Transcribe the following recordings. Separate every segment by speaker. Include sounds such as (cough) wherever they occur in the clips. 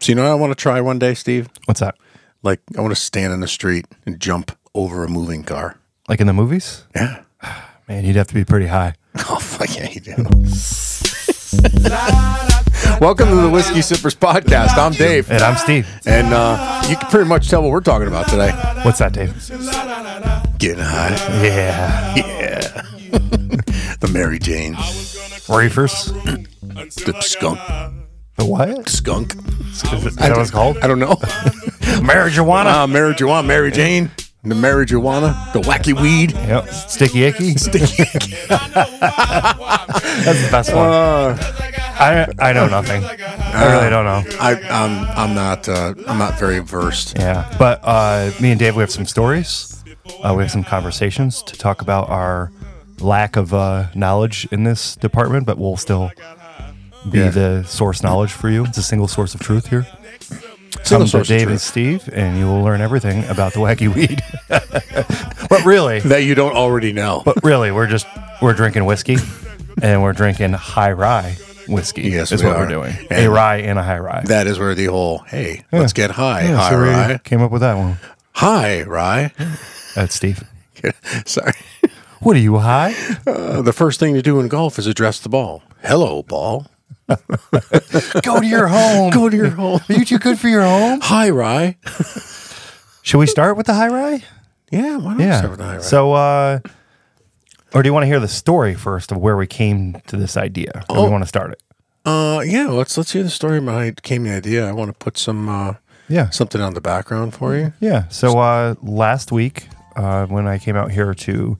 Speaker 1: So you know what I want to try one day, Steve?
Speaker 2: What's that?
Speaker 1: Like I want to stand in the street and jump over a moving car.
Speaker 2: Like in the movies?
Speaker 1: Yeah. (laughs)
Speaker 2: Man, you'd have to be pretty high.
Speaker 1: Oh fuck yeah, you do. (laughs) Welcome to the Whiskey Sippers Podcast. I'm Dave,
Speaker 2: And I'm Steve.
Speaker 1: and uh, you can pretty much tell what we're talking about today.
Speaker 2: What's that, Dave?
Speaker 1: Getting high, (laughs)
Speaker 2: Yeah.
Speaker 1: yeah. (laughs) the Mary Janes,
Speaker 2: Reefers?
Speaker 1: the skunk,
Speaker 2: The what?
Speaker 1: skunk.
Speaker 2: Is that what it's called?
Speaker 1: I don't know. (laughs)
Speaker 2: Marijuana.
Speaker 1: Ah, Mary Juana, Mary Jane, the Mary Juana, the wacky weed.
Speaker 2: Yep. (laughs) Sticky icky. That's the best one. I I know nothing. I really don't know.
Speaker 1: I, I'm I'm not uh, I'm not very versed.
Speaker 2: Yeah. But uh, me and Dave, we have some stories. Uh, we have some conversations to talk about our lack of uh, knowledge in this department, but we'll still be
Speaker 1: Yeah.
Speaker 2: the source knowledge for you. It's a single source of truth here.
Speaker 1: Single
Speaker 2: Come to
Speaker 1: source of
Speaker 2: Dave and
Speaker 1: truth.
Speaker 2: Steve, and you will learn everything about the wacky weed. (laughs) but really,
Speaker 1: that you don't already know.
Speaker 2: but really, we're just we're drinking whiskey, and we're drinking high rye whiskey.
Speaker 1: Yes,
Speaker 2: is
Speaker 1: we
Speaker 2: what
Speaker 1: are.
Speaker 2: we're doing. a
Speaker 1: And-
Speaker 2: rye and a high rye.
Speaker 1: that is where the whole hey, let's get high,
Speaker 2: Yeah,
Speaker 1: high
Speaker 2: so we
Speaker 1: rye,
Speaker 2: came up with that one.
Speaker 1: high rye. (laughs)
Speaker 2: That's Steve.
Speaker 1: Sorry.
Speaker 2: What are you high?
Speaker 1: Uh, the first thing to do in golf is address the ball. Hello, ball.
Speaker 2: (laughs) Go to your home.
Speaker 1: Go to (laughs) your hole.
Speaker 2: Are you too good for your home?
Speaker 1: High rye.
Speaker 2: Should we start with the high rye?
Speaker 1: Yeah, why not start with high rye?
Speaker 2: So, uh, or do you want to hear the story first of where we came to this idea? Or do we want to start it?
Speaker 1: Uh, yeah, let's let's hear the story behind came the idea. I want to put some uh,
Speaker 2: Yeah.
Speaker 1: something on the background for you.
Speaker 2: Yeah. So uh, last week, uh, when I came out here to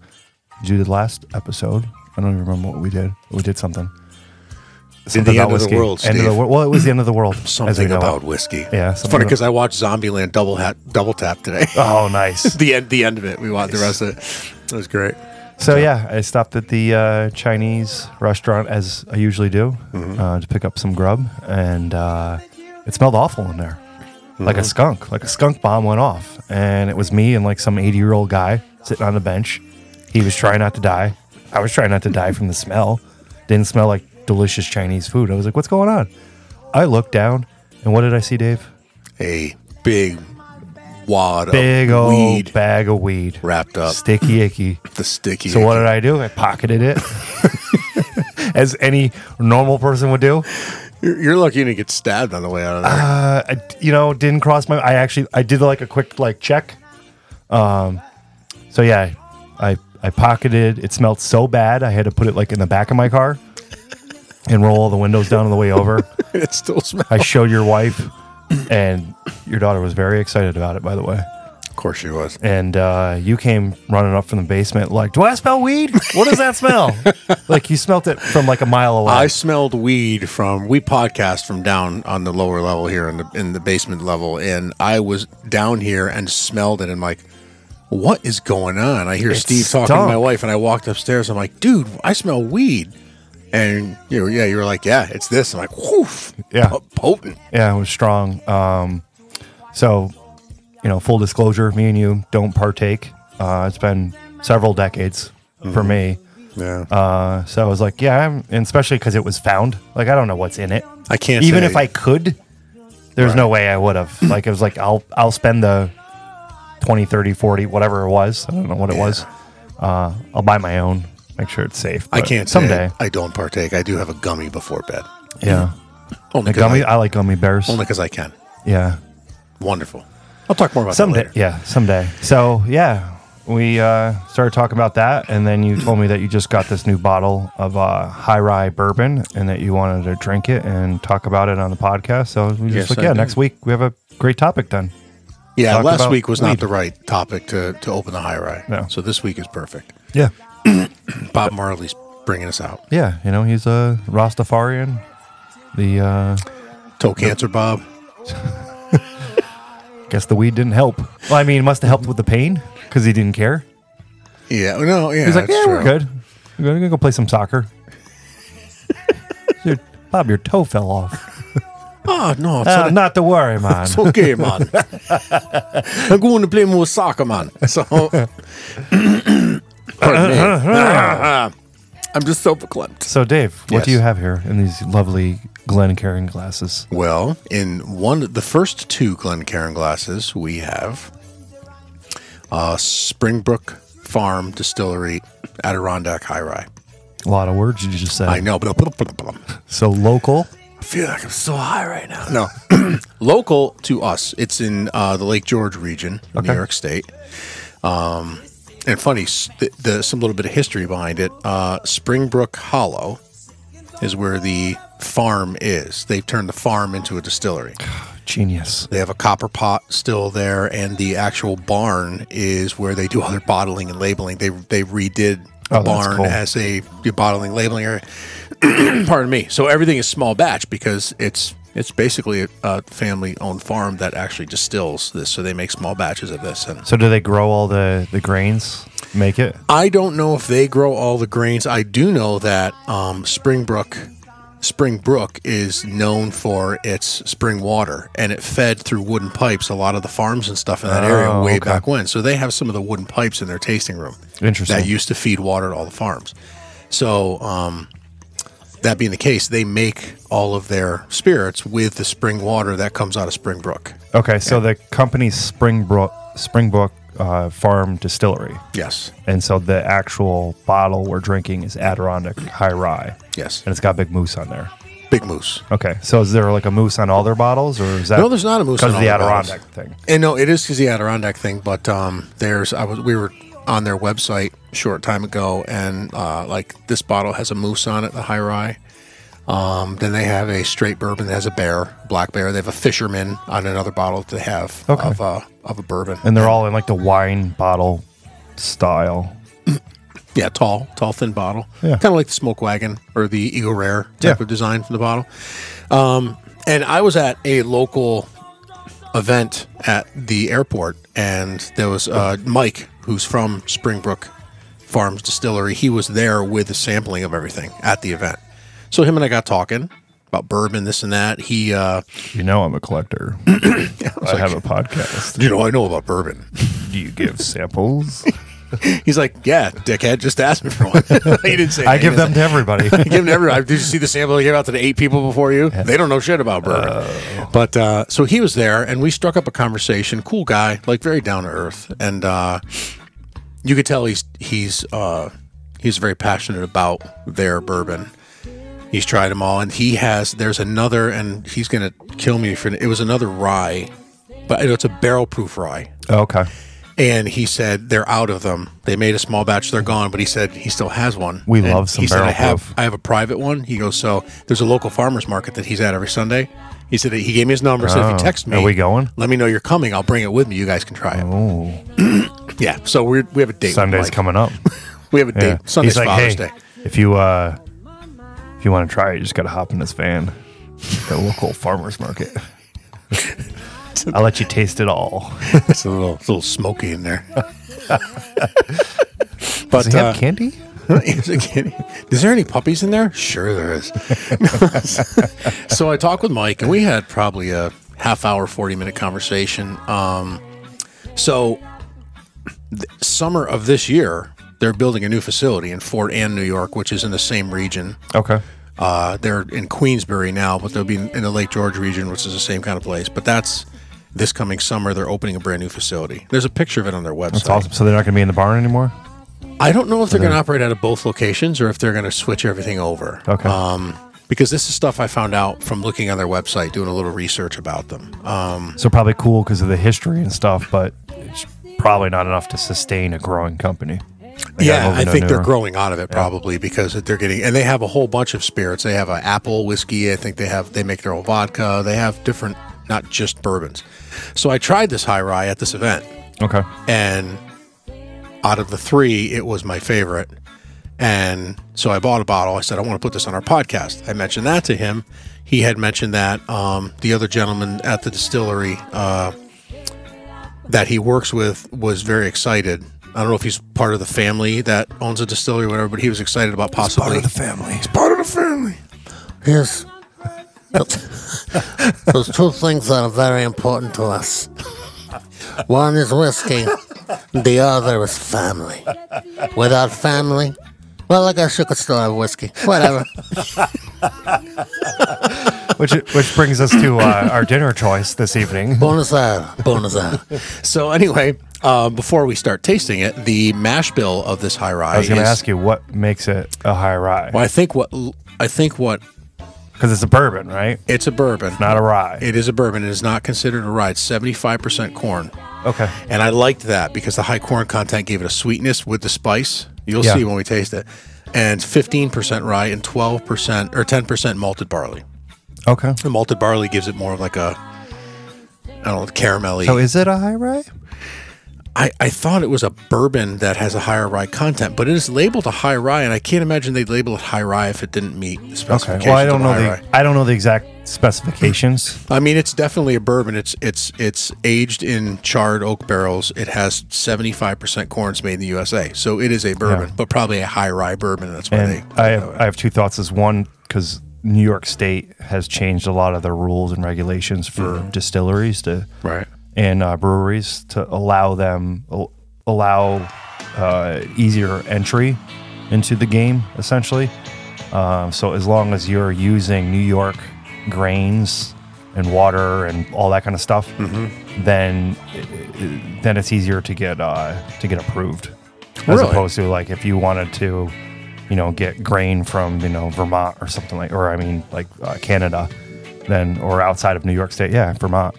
Speaker 2: do the last episode, I don't even remember what we did. We did something. Something
Speaker 1: the end of the world,
Speaker 2: End of the
Speaker 1: Steve.
Speaker 2: wor- well, it was the end of the world. as we
Speaker 1: Something
Speaker 2: know it.
Speaker 1: about whiskey.
Speaker 2: Yeah,
Speaker 1: it's
Speaker 2: something
Speaker 1: funny
Speaker 2: about-
Speaker 1: because I watched Zombieland double hat double tap (laughs) today.
Speaker 2: Oh, nice.
Speaker 1: the end the end of it. We watched the rest of it. It was great.
Speaker 2: So yeah, I stopped at the uh, Chinese restaurant as I usually do
Speaker 1: Mm-hmm.
Speaker 2: uh, to pick up some grub, and uh, it smelled awful in there, like
Speaker 1: Mm-hmm.
Speaker 2: a skunk. Like a skunk bomb went off, and it was me and like some eighty-year-old guy sitting on the bench. He was trying not to die. I was trying not to die from the smell. Didn't smell like delicious Chinese food. I was like, "What's going on?" I looked down, and what did I see, Dave?
Speaker 1: A big wad
Speaker 2: Big
Speaker 1: of
Speaker 2: old
Speaker 1: weed
Speaker 2: bag of weed,
Speaker 1: wrapped up.
Speaker 2: sticky icky.
Speaker 1: the sticky.
Speaker 2: So what did I do? I pocketed it, (laughs) as any normal person would do.
Speaker 1: You're, you're lucky you didn't get stabbed on the way out of there.
Speaker 2: Uh, I, you know, didn't cross my. I actually, I did like a quick like check. Um, so yeah, I I pocketed. It smelled so bad, I had to put it like in the back of my car, and roll all the windows down on the way (laughs) over.
Speaker 1: (laughs) it still smells.
Speaker 2: I showed your wife, and your daughter was very excited about it. By the way.
Speaker 1: Of course she was.
Speaker 2: and uh, you came running up from the basement like, "Do I smell weed? What does that (laughs) smell?" like you smelt it from like a mile away.
Speaker 1: I smelled weed from we podcast from down on the lower level here in the in the basement level, and I was down here and smelled it and like, what is going on? I hear Steve talking to
Speaker 2: stunk.
Speaker 1: my wife, and I walked upstairs. I'm like, dude, I smell weed, and you know, yeah, you were like, yeah, it's this. I'm like, woof,
Speaker 2: Yeah.
Speaker 1: po- potent.
Speaker 2: yeah, it was strong. Um, so, you know, full disclosure, me and you don't partake. Uh, it's been several decades for
Speaker 1: Mm-hmm.
Speaker 2: me.
Speaker 1: Yeah,
Speaker 2: Uh, so I was like, yeah, I'm, and especially because it was found. Like I don't know what's in it.
Speaker 1: I can't.
Speaker 2: Even
Speaker 1: say-
Speaker 2: if I could, there's no way I
Speaker 1: (clears throat)
Speaker 2: would have. Like it was like I'll I'll spend the 20, 30, 40, whatever it was. I don't know what it was. Uh, I'll buy my own. Make sure it's safe.
Speaker 1: I
Speaker 2: but
Speaker 1: can't. say
Speaker 2: someday.
Speaker 1: I don't partake. I do have a gummy before bed.
Speaker 2: Yeah,
Speaker 1: Only because
Speaker 2: the gummy.
Speaker 1: I,
Speaker 2: I like gummy bears.
Speaker 1: only 'cause I can.
Speaker 2: yeah,
Speaker 1: Wonderful. I'll talk more about that
Speaker 2: someday.
Speaker 1: later.
Speaker 2: Yeah, someday. So yeah, we uh, started talking about that, and then you told me that you just got this new bottle of uh, high rye bourbon, and that you wanted to drink it and talk about it on the podcast. So we
Speaker 1: Yes,
Speaker 2: just like,
Speaker 1: I
Speaker 2: yeah,
Speaker 1: did.
Speaker 2: next week we have a great topic then.
Speaker 1: Yeah,
Speaker 2: Talk
Speaker 1: last
Speaker 2: about
Speaker 1: week was not
Speaker 2: weed.
Speaker 1: the right topic to, to open the high rye.
Speaker 2: No.
Speaker 1: So this week is perfect.
Speaker 2: Yeah.
Speaker 1: Bob Marley's bringing us out.
Speaker 2: Yeah, you know, he's a Rastafarian. The uh
Speaker 1: Toe cancer, Bob.
Speaker 2: guess the weed didn't help. Well, I mean, it must have helped with the pain because he didn't care.
Speaker 1: Yeah, no, yeah.
Speaker 2: He's like,
Speaker 1: that's
Speaker 2: yeah, we're
Speaker 1: true.
Speaker 2: good. We're gonna go play some soccer. (laughs) Dude, Bob, your toe fell off.
Speaker 1: Oh, no, it's,
Speaker 2: Uh, not to worry, man.
Speaker 1: it's okay,
Speaker 2: (laughs)
Speaker 1: man. I'm going to play more soccer, man.
Speaker 2: (laughs)
Speaker 1: So, Pardon me. (laughs) I'm just so verklempt.
Speaker 2: So, Dave, what
Speaker 1: Yes.
Speaker 2: do you have here in these lovely Glencairn glasses.
Speaker 1: Well, in one, the first two Glencairn glasses, we have uh, Springbrook Farm Distillery, Adirondack High Rye.
Speaker 2: A lot of words you just said.
Speaker 1: I know, but I
Speaker 2: So local.
Speaker 1: feel like I'm so high right now. No, (clears throat) local to us, it's in uh, the Lake George region, in New
Speaker 2: Okay.
Speaker 1: York State. Um, and funny, s- the, the, some little bit of history behind it. Uh, Springbrook Hollow is where the farm is. They've turned the farm into a distillery.
Speaker 2: Genius.
Speaker 1: They have a copper pot still there, and the actual barn is where they do all their bottling and labeling. They they redid the
Speaker 2: Oh, that's
Speaker 1: barn
Speaker 2: cool.
Speaker 1: as a bottling labeling area. (clears throat) Pardon me. So everything is small batch because it's it's basically a, a family owned farm that actually distills this. So they make small batches of this. And
Speaker 2: So do they grow all the, the grains? Make it?
Speaker 1: I don't know if they grow all the grains. I do know that um, Springbrook Springbrook is known for its spring water, and it fed through wooden pipes a lot of the farms and stuff in that area
Speaker 2: Oh,
Speaker 1: way
Speaker 2: okay.
Speaker 1: back when. So they have some of the wooden pipes in their tasting room
Speaker 2: Interesting.
Speaker 1: that used to feed water to all the farms. So um, that being the case, they make all of their spirits with the spring water that comes out of Springbrook.
Speaker 2: okay, so the company's Springbrook Springbrook uh, Farm Distillery.
Speaker 1: Yes,
Speaker 2: And so the actual bottle we're drinking is Adirondack High Rye.
Speaker 1: yes,
Speaker 2: And it's got big moose on there.
Speaker 1: big moose.
Speaker 2: Okay. So is there like a moose on all their bottles or is that
Speaker 1: No, there's not a moose
Speaker 2: because
Speaker 1: on
Speaker 2: of the
Speaker 1: all their bottles.
Speaker 2: Adirondack thing?
Speaker 1: And no, it is because the Adirondack thing. But um, there's I was we were on their website a short time ago, and uh, like this bottle has a moose on it, the high rye. Um, then they have a straight bourbon that has a bear, black bear. They have a fisherman on another bottle that they have
Speaker 2: Okay.
Speaker 1: of a of a bourbon.
Speaker 2: And they're all in like the wine bottle style.
Speaker 1: Yeah, tall, tall, thin bottle.
Speaker 2: Yeah.
Speaker 1: Kind of like the Smoke Wagon or the Eagle Rare type
Speaker 2: Yeah.
Speaker 1: of design for the bottle. Um, and I was at a local event at the airport, and there was uh, Mike, who's from Springbrook Farms Distillery. He was there with a sampling of everything at the event. So him and I got talking about bourbon, this and that. He, uh,
Speaker 2: You know I'm
Speaker 1: (clears throat)
Speaker 2: a collector. I have a podcast.
Speaker 1: you know, I know about bourbon.
Speaker 2: Do
Speaker 1: (laughs)
Speaker 2: you give samples?
Speaker 1: He's like, yeah, dickhead, just ask me for one. (laughs) he didn't say.
Speaker 2: I give
Speaker 1: anything.
Speaker 2: them
Speaker 1: (laughs)
Speaker 2: to everybody.
Speaker 1: give them every. Did you see the sample they gave out to the eight people before you? They don't know shit about bourbon. But uh, so he was there, and we struck up a conversation. Cool guy, like very down to earth, and uh, you could tell he's he's uh, he's very passionate about their bourbon. He's tried them all, and he has. There's another, and he's gonna kill me for it. Was another rye, but it's a barrel proof rye.
Speaker 2: okay.
Speaker 1: And he said they're out of them. They made a small batch, they're gone. But he said he still has one.
Speaker 2: We
Speaker 1: And
Speaker 2: love some
Speaker 1: he said, I
Speaker 2: barrel
Speaker 1: have,
Speaker 2: proof."
Speaker 1: I have a private one. He goes, so there's a local farmers market that he's at every Sunday. He said that he gave me his number. So if
Speaker 2: Oh,
Speaker 1: you text me,
Speaker 2: are we going?
Speaker 1: Let me know you're coming. I'll bring it with me. You guys can try it.
Speaker 2: Oh,
Speaker 1: (clears throat) Yeah. So we we have a date. with
Speaker 2: Sunday's
Speaker 1: Mike. (laughs)
Speaker 2: coming up.
Speaker 1: We have a date.
Speaker 2: Yeah.
Speaker 1: Sunday's Father's Day.
Speaker 2: if you uh, if you want to try it, you just got to hop in this van, the local
Speaker 1: (laughs)
Speaker 2: farmers market. I'll let you taste it all.
Speaker 1: It's a little it's a little smoky in
Speaker 2: (laughs)
Speaker 1: there. but
Speaker 2: Does he
Speaker 1: uh,
Speaker 2: have candy?
Speaker 1: Is it kidding? (laughs) Is there any puppies in there? Sure, there is. (laughs) so I talked with Mike, and we had probably a half hour, 40 minute conversation. Um, so, th- summer of this year, they're building a new facility in Fort Ann, New York, which is in the same region.
Speaker 2: Okay.
Speaker 1: Uh, they're in Queensbury now, but they'll be in, in the Lake George region, which is the same kind of place. But that's this coming summer. They're opening a brand new facility. There's a picture of it on their website.
Speaker 2: It's awesome. So they're not going to be in the barn anymore.
Speaker 1: I don't know if they're going
Speaker 2: Uh-huh.
Speaker 1: to operate out of both locations or if they're going to switch everything over.
Speaker 2: Okay.
Speaker 1: Um, because this is stuff I found out from looking on their website, doing a little research about them. Um,
Speaker 2: So probably cool because of the history and stuff, but it's probably not enough to sustain a growing company. They gotta
Speaker 1: yeah,
Speaker 2: move
Speaker 1: I
Speaker 2: into
Speaker 1: think they're
Speaker 2: newer-
Speaker 1: growing out of it probably because they're getting, and they have a whole bunch of spirits. They have an apple whiskey. I think they have, they make their own vodka. They have different, not just bourbons. So I tried this high rye at this event.
Speaker 2: Okay.
Speaker 1: and out of the three, it was my favorite. And so I bought a bottle. I said, I want to put this on our podcast. I mentioned that to him. He had mentioned that um, the other gentleman at the distillery uh, that he works with was very excited. I don't know if he's part of the family that owns a distillery or whatever, but he was excited about possibly (laughs)
Speaker 2: family.
Speaker 1: part of the family.
Speaker 3: Yes. (laughs) There's two things that are very important to us. One is whiskey, the other is family. Without family, Well, I guess you could still have whiskey. Whatever.
Speaker 2: (laughs) Which which brings us to uh, our dinner choice this evening.
Speaker 3: Bonus out. Bonus out.
Speaker 1: So anyway, uh, before we start tasting it, the mash bill of this high rye.
Speaker 2: I was going to
Speaker 1: is-
Speaker 2: ask you what makes it a high rye
Speaker 1: Well, I think what I think what
Speaker 2: because it's a bourbon, right?
Speaker 1: it's a bourbon.
Speaker 2: Not a rye.
Speaker 1: It is a bourbon. It is not considered a rye. It's seventy five percent corn,
Speaker 2: Okay.
Speaker 1: and I liked that because the high corn content gave it a sweetness with the spice. You'll
Speaker 2: Yeah.
Speaker 1: see when we taste it. And fifteen percent rye and twelve percent or ten percent malted barley.
Speaker 2: Okay.
Speaker 1: The malted barley gives it more of like a I don't know caramelly.
Speaker 2: So is it a high rye?
Speaker 1: I, I thought it was a bourbon that has a higher rye content, but it is labeled a high rye, and I can't imagine they'd label it high rye if it didn't meet the
Speaker 2: Okay.
Speaker 1: specifications.
Speaker 2: Well, I don't
Speaker 1: of
Speaker 2: know
Speaker 1: high
Speaker 2: the
Speaker 1: rye.
Speaker 2: I don't know the exact
Speaker 1: (clears throat)
Speaker 2: specifications.
Speaker 1: I mean, it's definitely a bourbon. It's it's it's aged in charred oak barrels. It has seventy five percent corns made in the USA, so it is a bourbon,
Speaker 2: Yeah.
Speaker 1: but probably a high rye bourbon. and That's why
Speaker 2: And
Speaker 1: they.
Speaker 2: I have, I have two thoughts. Is one because New York State has changed a lot of their rules and regulations for
Speaker 1: Mm-hmm.
Speaker 2: distilleries to
Speaker 1: Right.
Speaker 2: and uh, breweries to allow them al- allow uh, easier entry into the game essentially. Um, so as long as you're using New York grains and water and all that kind of stuff, then then it's easier to get uh, to get approved as
Speaker 1: Really?
Speaker 2: opposed to like if you wanted to you know get grain from you know Vermont or something like or I mean like uh, Canada then or outside of New York State yeah Vermont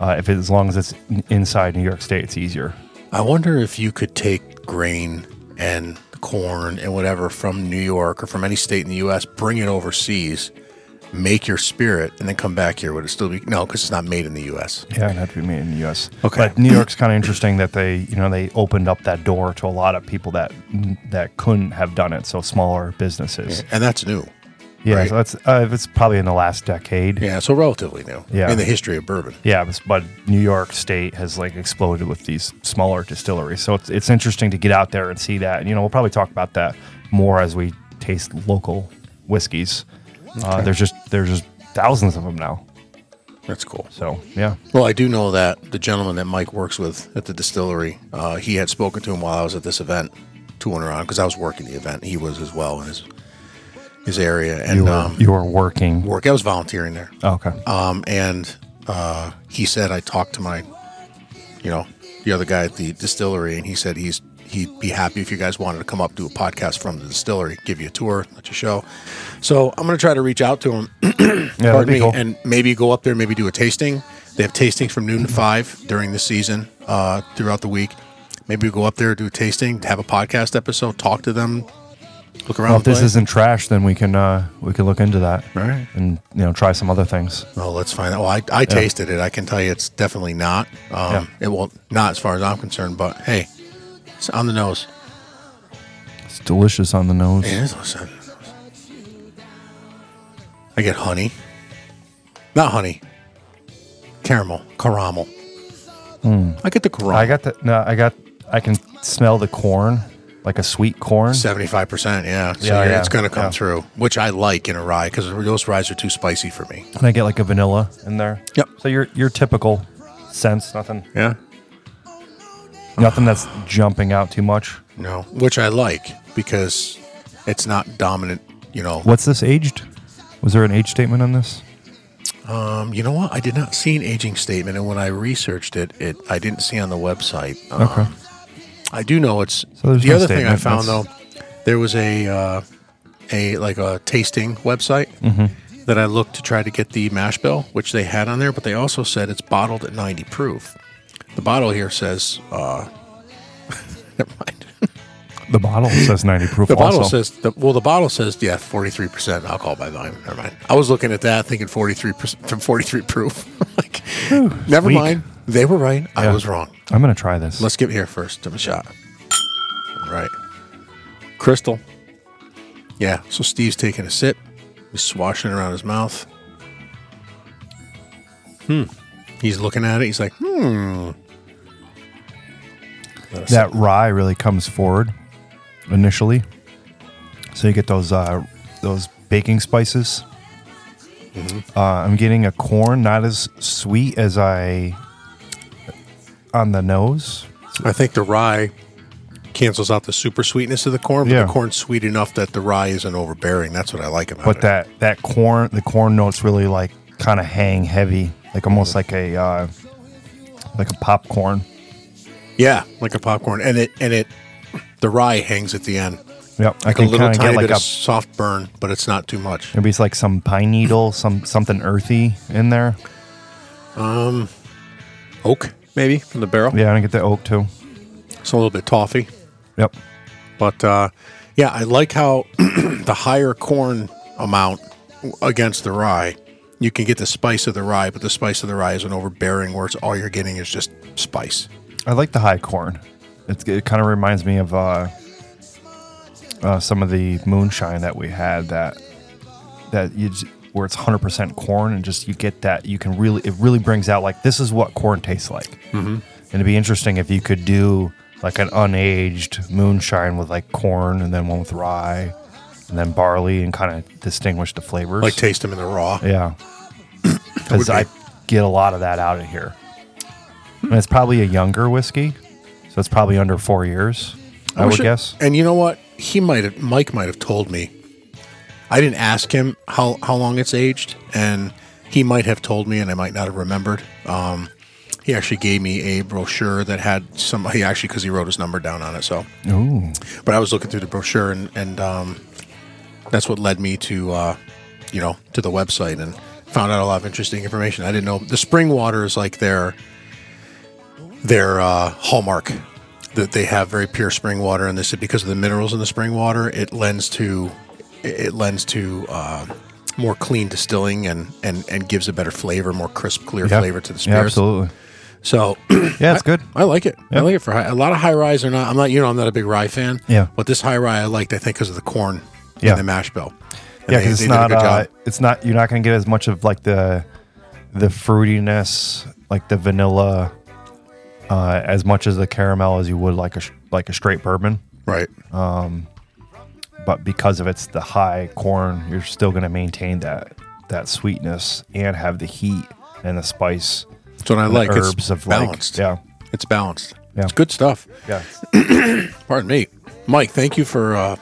Speaker 2: uh, if it, as long as it's n- inside New York State it's easier
Speaker 1: I wonder if you could take grain and corn and whatever from New York or from any state in the U.S., bring it overseas, make your spirit, and then come back here. Would it still be no? Because it's not made in the U.S.
Speaker 2: yeah it had to be made in the U.S.
Speaker 1: Okay.
Speaker 2: but New York's kind of interesting that they you know they opened up that door to a lot of people that that couldn't have done it so smaller businesses
Speaker 1: and that's new.
Speaker 2: yeah,
Speaker 1: Right.
Speaker 2: so that's uh, it's probably in the last decade
Speaker 1: Yeah, so relatively new.
Speaker 2: Yeah.
Speaker 1: in the history of bourbon.
Speaker 2: Yeah, but- but New York State has like exploded with these smaller distilleries. So it's, it's interesting to get out there and see that. And, you know, we'll probably talk about that more as we taste local whiskeys. Uh, there's just there's just thousands of them now.
Speaker 1: That's cool.
Speaker 2: So yeah,
Speaker 1: Well, I do know that the gentleman that Mike works with at the distillery, uh, he had spoken to him while I was at this event, touring around because I was working the event. He was as well in his his area, and
Speaker 2: you are
Speaker 1: um,
Speaker 2: you are working.
Speaker 1: work. I was volunteering there,
Speaker 2: okay.
Speaker 1: um, and uh, he said I talked to my, you know, the other guy at the distillery, and he said he's he'd be happy if you guys wanted to come up do a podcast from the distillery, give you a tour, let you show. So I'm gonna try to reach out to him
Speaker 2: yeah, that'd
Speaker 1: Pardon
Speaker 2: be
Speaker 1: me,
Speaker 2: cool.
Speaker 1: and maybe go up there, maybe do a tasting. They have tastings from noon to five during the season, uh, throughout the week. Maybe we go up there, do a tasting, have a podcast episode, talk to them, look around.
Speaker 2: well, if
Speaker 1: the
Speaker 2: this
Speaker 1: place.
Speaker 2: isn't trash, then we can uh, we can look into that.
Speaker 1: All right.
Speaker 2: And you know, try some other things.
Speaker 1: oh, let's find out. Well, I, I tasted it. I can tell you, it's definitely not. Um,
Speaker 2: Yeah.
Speaker 1: It will not, as far as I'm concerned. But hey, it's on the nose.
Speaker 2: It's delicious on the nose.
Speaker 1: It is. Listen, I get honey, not honey, caramel, caramel. I get the caramel.
Speaker 2: Hmm. I got the no, I got I can smell the corn, like a sweet corn.
Speaker 1: Seventy-five percent, yeah. So
Speaker 2: Yeah,
Speaker 1: yeah,
Speaker 2: yeah,
Speaker 1: it's going to come
Speaker 2: yeah.
Speaker 1: through, which I like in a rye because those ryes are too spicy for me.
Speaker 2: Can I get like a vanilla in there?
Speaker 1: Yep.
Speaker 2: So your your typical sense, nothing,
Speaker 1: Yeah,
Speaker 2: nothing that's jumping out too much.
Speaker 1: no, which I like because it's not dominant. You know,
Speaker 2: What's this aged? Was there an age statement on this?
Speaker 1: um, you know what? I did not see an aging statement, and when I researched it, it I didn't see on the website. Um,
Speaker 2: Okay.
Speaker 1: I do know it's
Speaker 2: So there's
Speaker 1: the
Speaker 2: no
Speaker 1: other thing I
Speaker 2: statement,
Speaker 1: found though.
Speaker 2: that's-
Speaker 1: There was a uh, a like a tasting website
Speaker 2: Mm-hmm.
Speaker 1: that I looked to try to get the mash bill, which they had on there, but they also said it's bottled at 90 proof. The bottle here says, uh, (laughs) never mind.
Speaker 2: The bottle says 90 proof.
Speaker 1: The bottle
Speaker 2: also.
Speaker 1: says, the, well, the bottle says, yeah, 43% alcohol by volume. Never mind. I was looking at that thinking 43% from 43 proof. (laughs) like, never
Speaker 2: weak.
Speaker 1: mind. They were right. I
Speaker 2: Yeah.
Speaker 1: was wrong.
Speaker 2: I'm gonna try this.
Speaker 1: Let's get here first. Give it a shot. All right. Crystal. Yeah. So Steve's taking a sip. He's swashing it around his mouth. Hmm. He's looking at it. He's like, hmm. Let us-
Speaker 2: that rye really comes forward initially, so you get those uh, those baking spices.
Speaker 1: Mm-hmm.
Speaker 2: Uh, I'm getting a corn, not as sweet as I on the nose.
Speaker 1: I think the rye cancels out the super sweetness of the corn, but
Speaker 2: Yeah.
Speaker 1: the corn's sweet enough that the rye isn't overbearing. That's what I like about
Speaker 2: but
Speaker 1: it.
Speaker 2: that that corn the corn notes really like kind of hang heavy like almost
Speaker 1: Mm-hmm.
Speaker 2: like a uh, like a popcorn
Speaker 1: yeah, like a popcorn, and it and it the rye hangs at the end,
Speaker 2: yep i
Speaker 1: like a
Speaker 2: can
Speaker 1: little
Speaker 2: kind of
Speaker 1: tiny
Speaker 2: get like
Speaker 1: bit
Speaker 2: a
Speaker 1: of soft burn, but it's not too much.
Speaker 2: maybe it's like some pine needle some something earthy in there
Speaker 1: Oak maybe from the barrel.
Speaker 2: yeah i get the oak too
Speaker 1: It's a little bit toffee.
Speaker 2: yep
Speaker 1: But uh, yeah, I like how (clears throat) the higher corn amount against the rye, you can get the spice of the rye, but the spice of the rye isn't overbearing, where it's all you're getting is just spice.
Speaker 2: i like the high corn it's, it kind of reminds me of uh, uh, some of the moonshine that we had that that you j- where it's 100% corn and just you get that you can really it really brings out like this is what corn tastes like mm-hmm. and it'd be interesting if you could do like an unaged moonshine with like corn and then one with rye and then barley and kind of distinguish the flavors
Speaker 1: Like taste them in the raw.
Speaker 2: yeah because
Speaker 1: be-
Speaker 2: i get a lot of that out of here and it's probably a younger whiskey so it's probably under four years i,
Speaker 1: wish
Speaker 2: would
Speaker 1: it-
Speaker 2: guess
Speaker 1: And you know what? He might have Mike might have told me. I didn't ask him how how long it's aged, and he might have told me, and I might not have remembered. Um, he actually gave me a brochure that had some. He actually because he wrote his number down on it, so
Speaker 2: Ooh.
Speaker 1: but I was looking through the brochure and and um, that's what led me to uh, you know to the website and found out a lot of interesting information. I didn't know the spring water is like their their uh, hallmark that they have very pure spring water and this is because of the minerals in the spring water it lends to it lends to uh, more clean distilling and and and gives a better flavor more crisp clear
Speaker 2: Yeah.
Speaker 1: flavor to the
Speaker 2: yeah
Speaker 1: spirits
Speaker 2: absolutely
Speaker 1: so
Speaker 2: yeah it's good
Speaker 1: I like it. I like it for high. A lot of high rise are not. I'm not. You know, I'm not a big rye fan.
Speaker 2: Yeah.
Speaker 1: But this high rye I liked. I think because of the corn
Speaker 2: Yeah.
Speaker 1: and the mash bill. And
Speaker 2: Yeah,
Speaker 1: they-
Speaker 2: 'cause it's
Speaker 1: they did a
Speaker 2: not.
Speaker 1: good
Speaker 2: Uh,
Speaker 1: job.
Speaker 2: it's not. You're not going to get as much of like the the fruitiness, like the vanilla, uh, as much as the caramel as you would like a sh- like a straight bourbon.
Speaker 1: right.
Speaker 2: But because of it's the high corn, you're still going to maintain that that sweetness and have the heat and the spice,
Speaker 1: That's what I like. it's
Speaker 2: herbs of
Speaker 1: balanced.
Speaker 2: like yeah,
Speaker 1: It's balanced.
Speaker 2: Yeah.
Speaker 1: It's good stuff.
Speaker 2: yeah.
Speaker 1: Pardon me, Mike. Thank you for uh,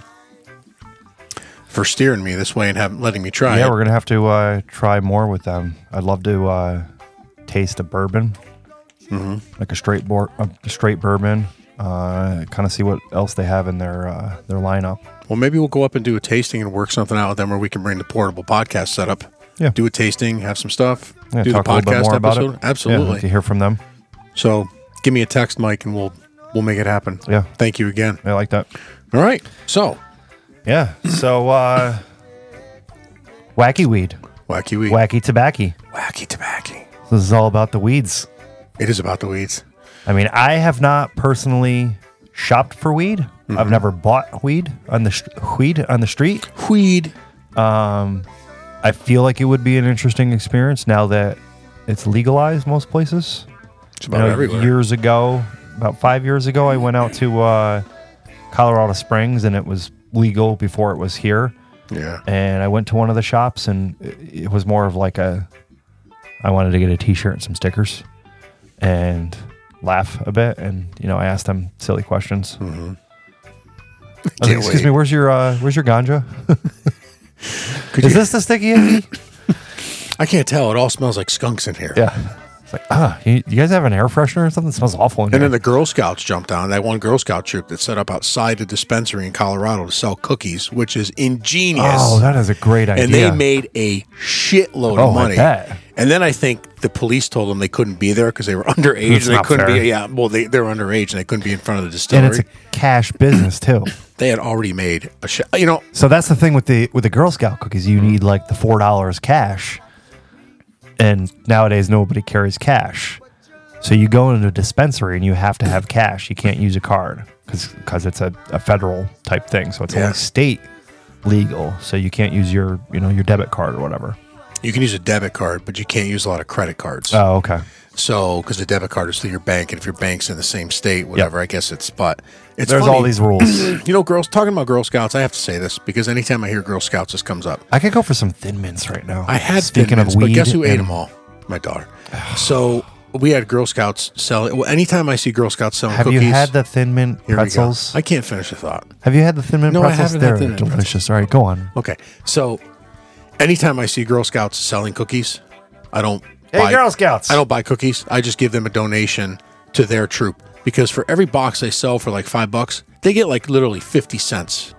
Speaker 1: for steering me this way and having letting me try.
Speaker 2: Yeah,
Speaker 1: it.
Speaker 2: we're gonna have to uh, try more with them. I'd love to uh, taste a bourbon,
Speaker 1: Mm-hmm.
Speaker 2: like a straight bor- a straight bourbon. Uh, kind of see what else they have in their uh, their lineup.
Speaker 1: Well, maybe we'll go up and do a tasting and work something out with them, where we can bring the portable podcast setup.
Speaker 2: Yeah.
Speaker 1: Do a tasting, have some stuff,
Speaker 2: Yeah,
Speaker 1: do the podcast episode.
Speaker 2: Yeah, I'd like
Speaker 1: Absolutely.
Speaker 2: to hear from them.
Speaker 1: So, give me a text, Mike, and we'll we'll make it happen.
Speaker 2: Yeah.
Speaker 1: Thank you again.
Speaker 2: I like that.
Speaker 1: All right. So,
Speaker 2: Yeah. So uh, wacky weed,
Speaker 1: wacky weed.
Speaker 2: wacky tobacco.
Speaker 1: wacky tobacco.
Speaker 2: This is all about the weeds.
Speaker 1: It is about the weeds.
Speaker 2: I mean, I have not personally shopped for weed. I've never bought weed on the sh- weed on the street. Um,
Speaker 1: Weed.
Speaker 2: I feel like it would be an interesting experience now that it's legalized most places.
Speaker 1: It's
Speaker 2: You
Speaker 1: about
Speaker 2: know,
Speaker 1: Oh, everywhere.
Speaker 2: years ago, about five years ago, I went out to uh, Colorado Springs and it was legal before it was here.
Speaker 1: yeah.
Speaker 2: And I went to one of the shops and it it was more of like a, I wanted to get a T-shirt and some stickers, and laugh a bit. And you know, I asked them silly questions. I was like,
Speaker 1: Mm-hmm. Can't
Speaker 2: Excuse
Speaker 1: wait.
Speaker 2: me, where's your uh, where's your ganja?
Speaker 1: Could
Speaker 2: Is
Speaker 1: you-
Speaker 2: this the sticky icky?
Speaker 1: I can't tell. It all smells like skunks in here.
Speaker 2: (laughs) Yeah. It's like, ah, you, you guys have an air freshener or something? It smells awful in
Speaker 1: And
Speaker 2: here.
Speaker 1: then the Girl Scouts jumped on that one Girl Scout troop that set up outside the dispensary in Colorado to sell cookies, which is ingenious.
Speaker 2: Oh, that is a great idea.
Speaker 1: and they made a shitload
Speaker 2: Oh, I
Speaker 1: of money.
Speaker 2: bet.
Speaker 1: And then I think the police told them they couldn't be there because they were (laughs) underage
Speaker 2: That's
Speaker 1: and they
Speaker 2: not
Speaker 1: couldn't
Speaker 2: fair.
Speaker 1: be. Yeah, well, they, they were underage and they couldn't be in front of the
Speaker 2: And
Speaker 1: distillery.
Speaker 2: it's a cash business too.
Speaker 1: they had already made a sh- you know
Speaker 2: So that's the thing with the with the Girl Scout cookies. You need like the four dollars cash. And nowadays nobody carries cash. So you go into a dispensary and you have to have cash. You can't use a card because it's a, a federal type thing. So it's
Speaker 1: Yeah.
Speaker 2: only state legal. So you can't use your you know your debit card or whatever.
Speaker 1: you can use a debit card, but you can't use a lot of credit cards.
Speaker 2: Oh, okay.
Speaker 1: So, because the debit card is through your bank, and if your bank's in the same state, whatever, I guess it's. But it's
Speaker 2: There's all
Speaker 1: funny.
Speaker 2: these rules. (coughs)
Speaker 1: You know, girls talking about Girl Scouts. I have to say this because anytime I hear Girl Scouts, this comes up.
Speaker 2: I could go for some Thin Mints right now.
Speaker 1: I had
Speaker 2: speaking
Speaker 1: Thin Mints,
Speaker 2: of weed.
Speaker 1: but guess who ate
Speaker 2: and-
Speaker 1: them all? My daughter. So we had Girl Scouts selling. Well, anytime I see Girl Scouts selling
Speaker 2: Have
Speaker 1: cookies,
Speaker 2: you had the Thin Mint
Speaker 1: here we go.
Speaker 2: pretzels?
Speaker 1: I can't finish the thought.
Speaker 2: Have you had the Thin Mint
Speaker 1: No, I
Speaker 2: pretzels?
Speaker 1: haven't had
Speaker 2: They're
Speaker 1: Thin Mint
Speaker 2: delicious. All right, go on.
Speaker 1: Okay, so anytime I see Girl Scouts selling cookies, I don't.
Speaker 2: Hey, Girl Scouts.
Speaker 1: I don't buy cookies. I just give them a donation to their troop because for every box they sell for like five bucks, they get like literally fifty cents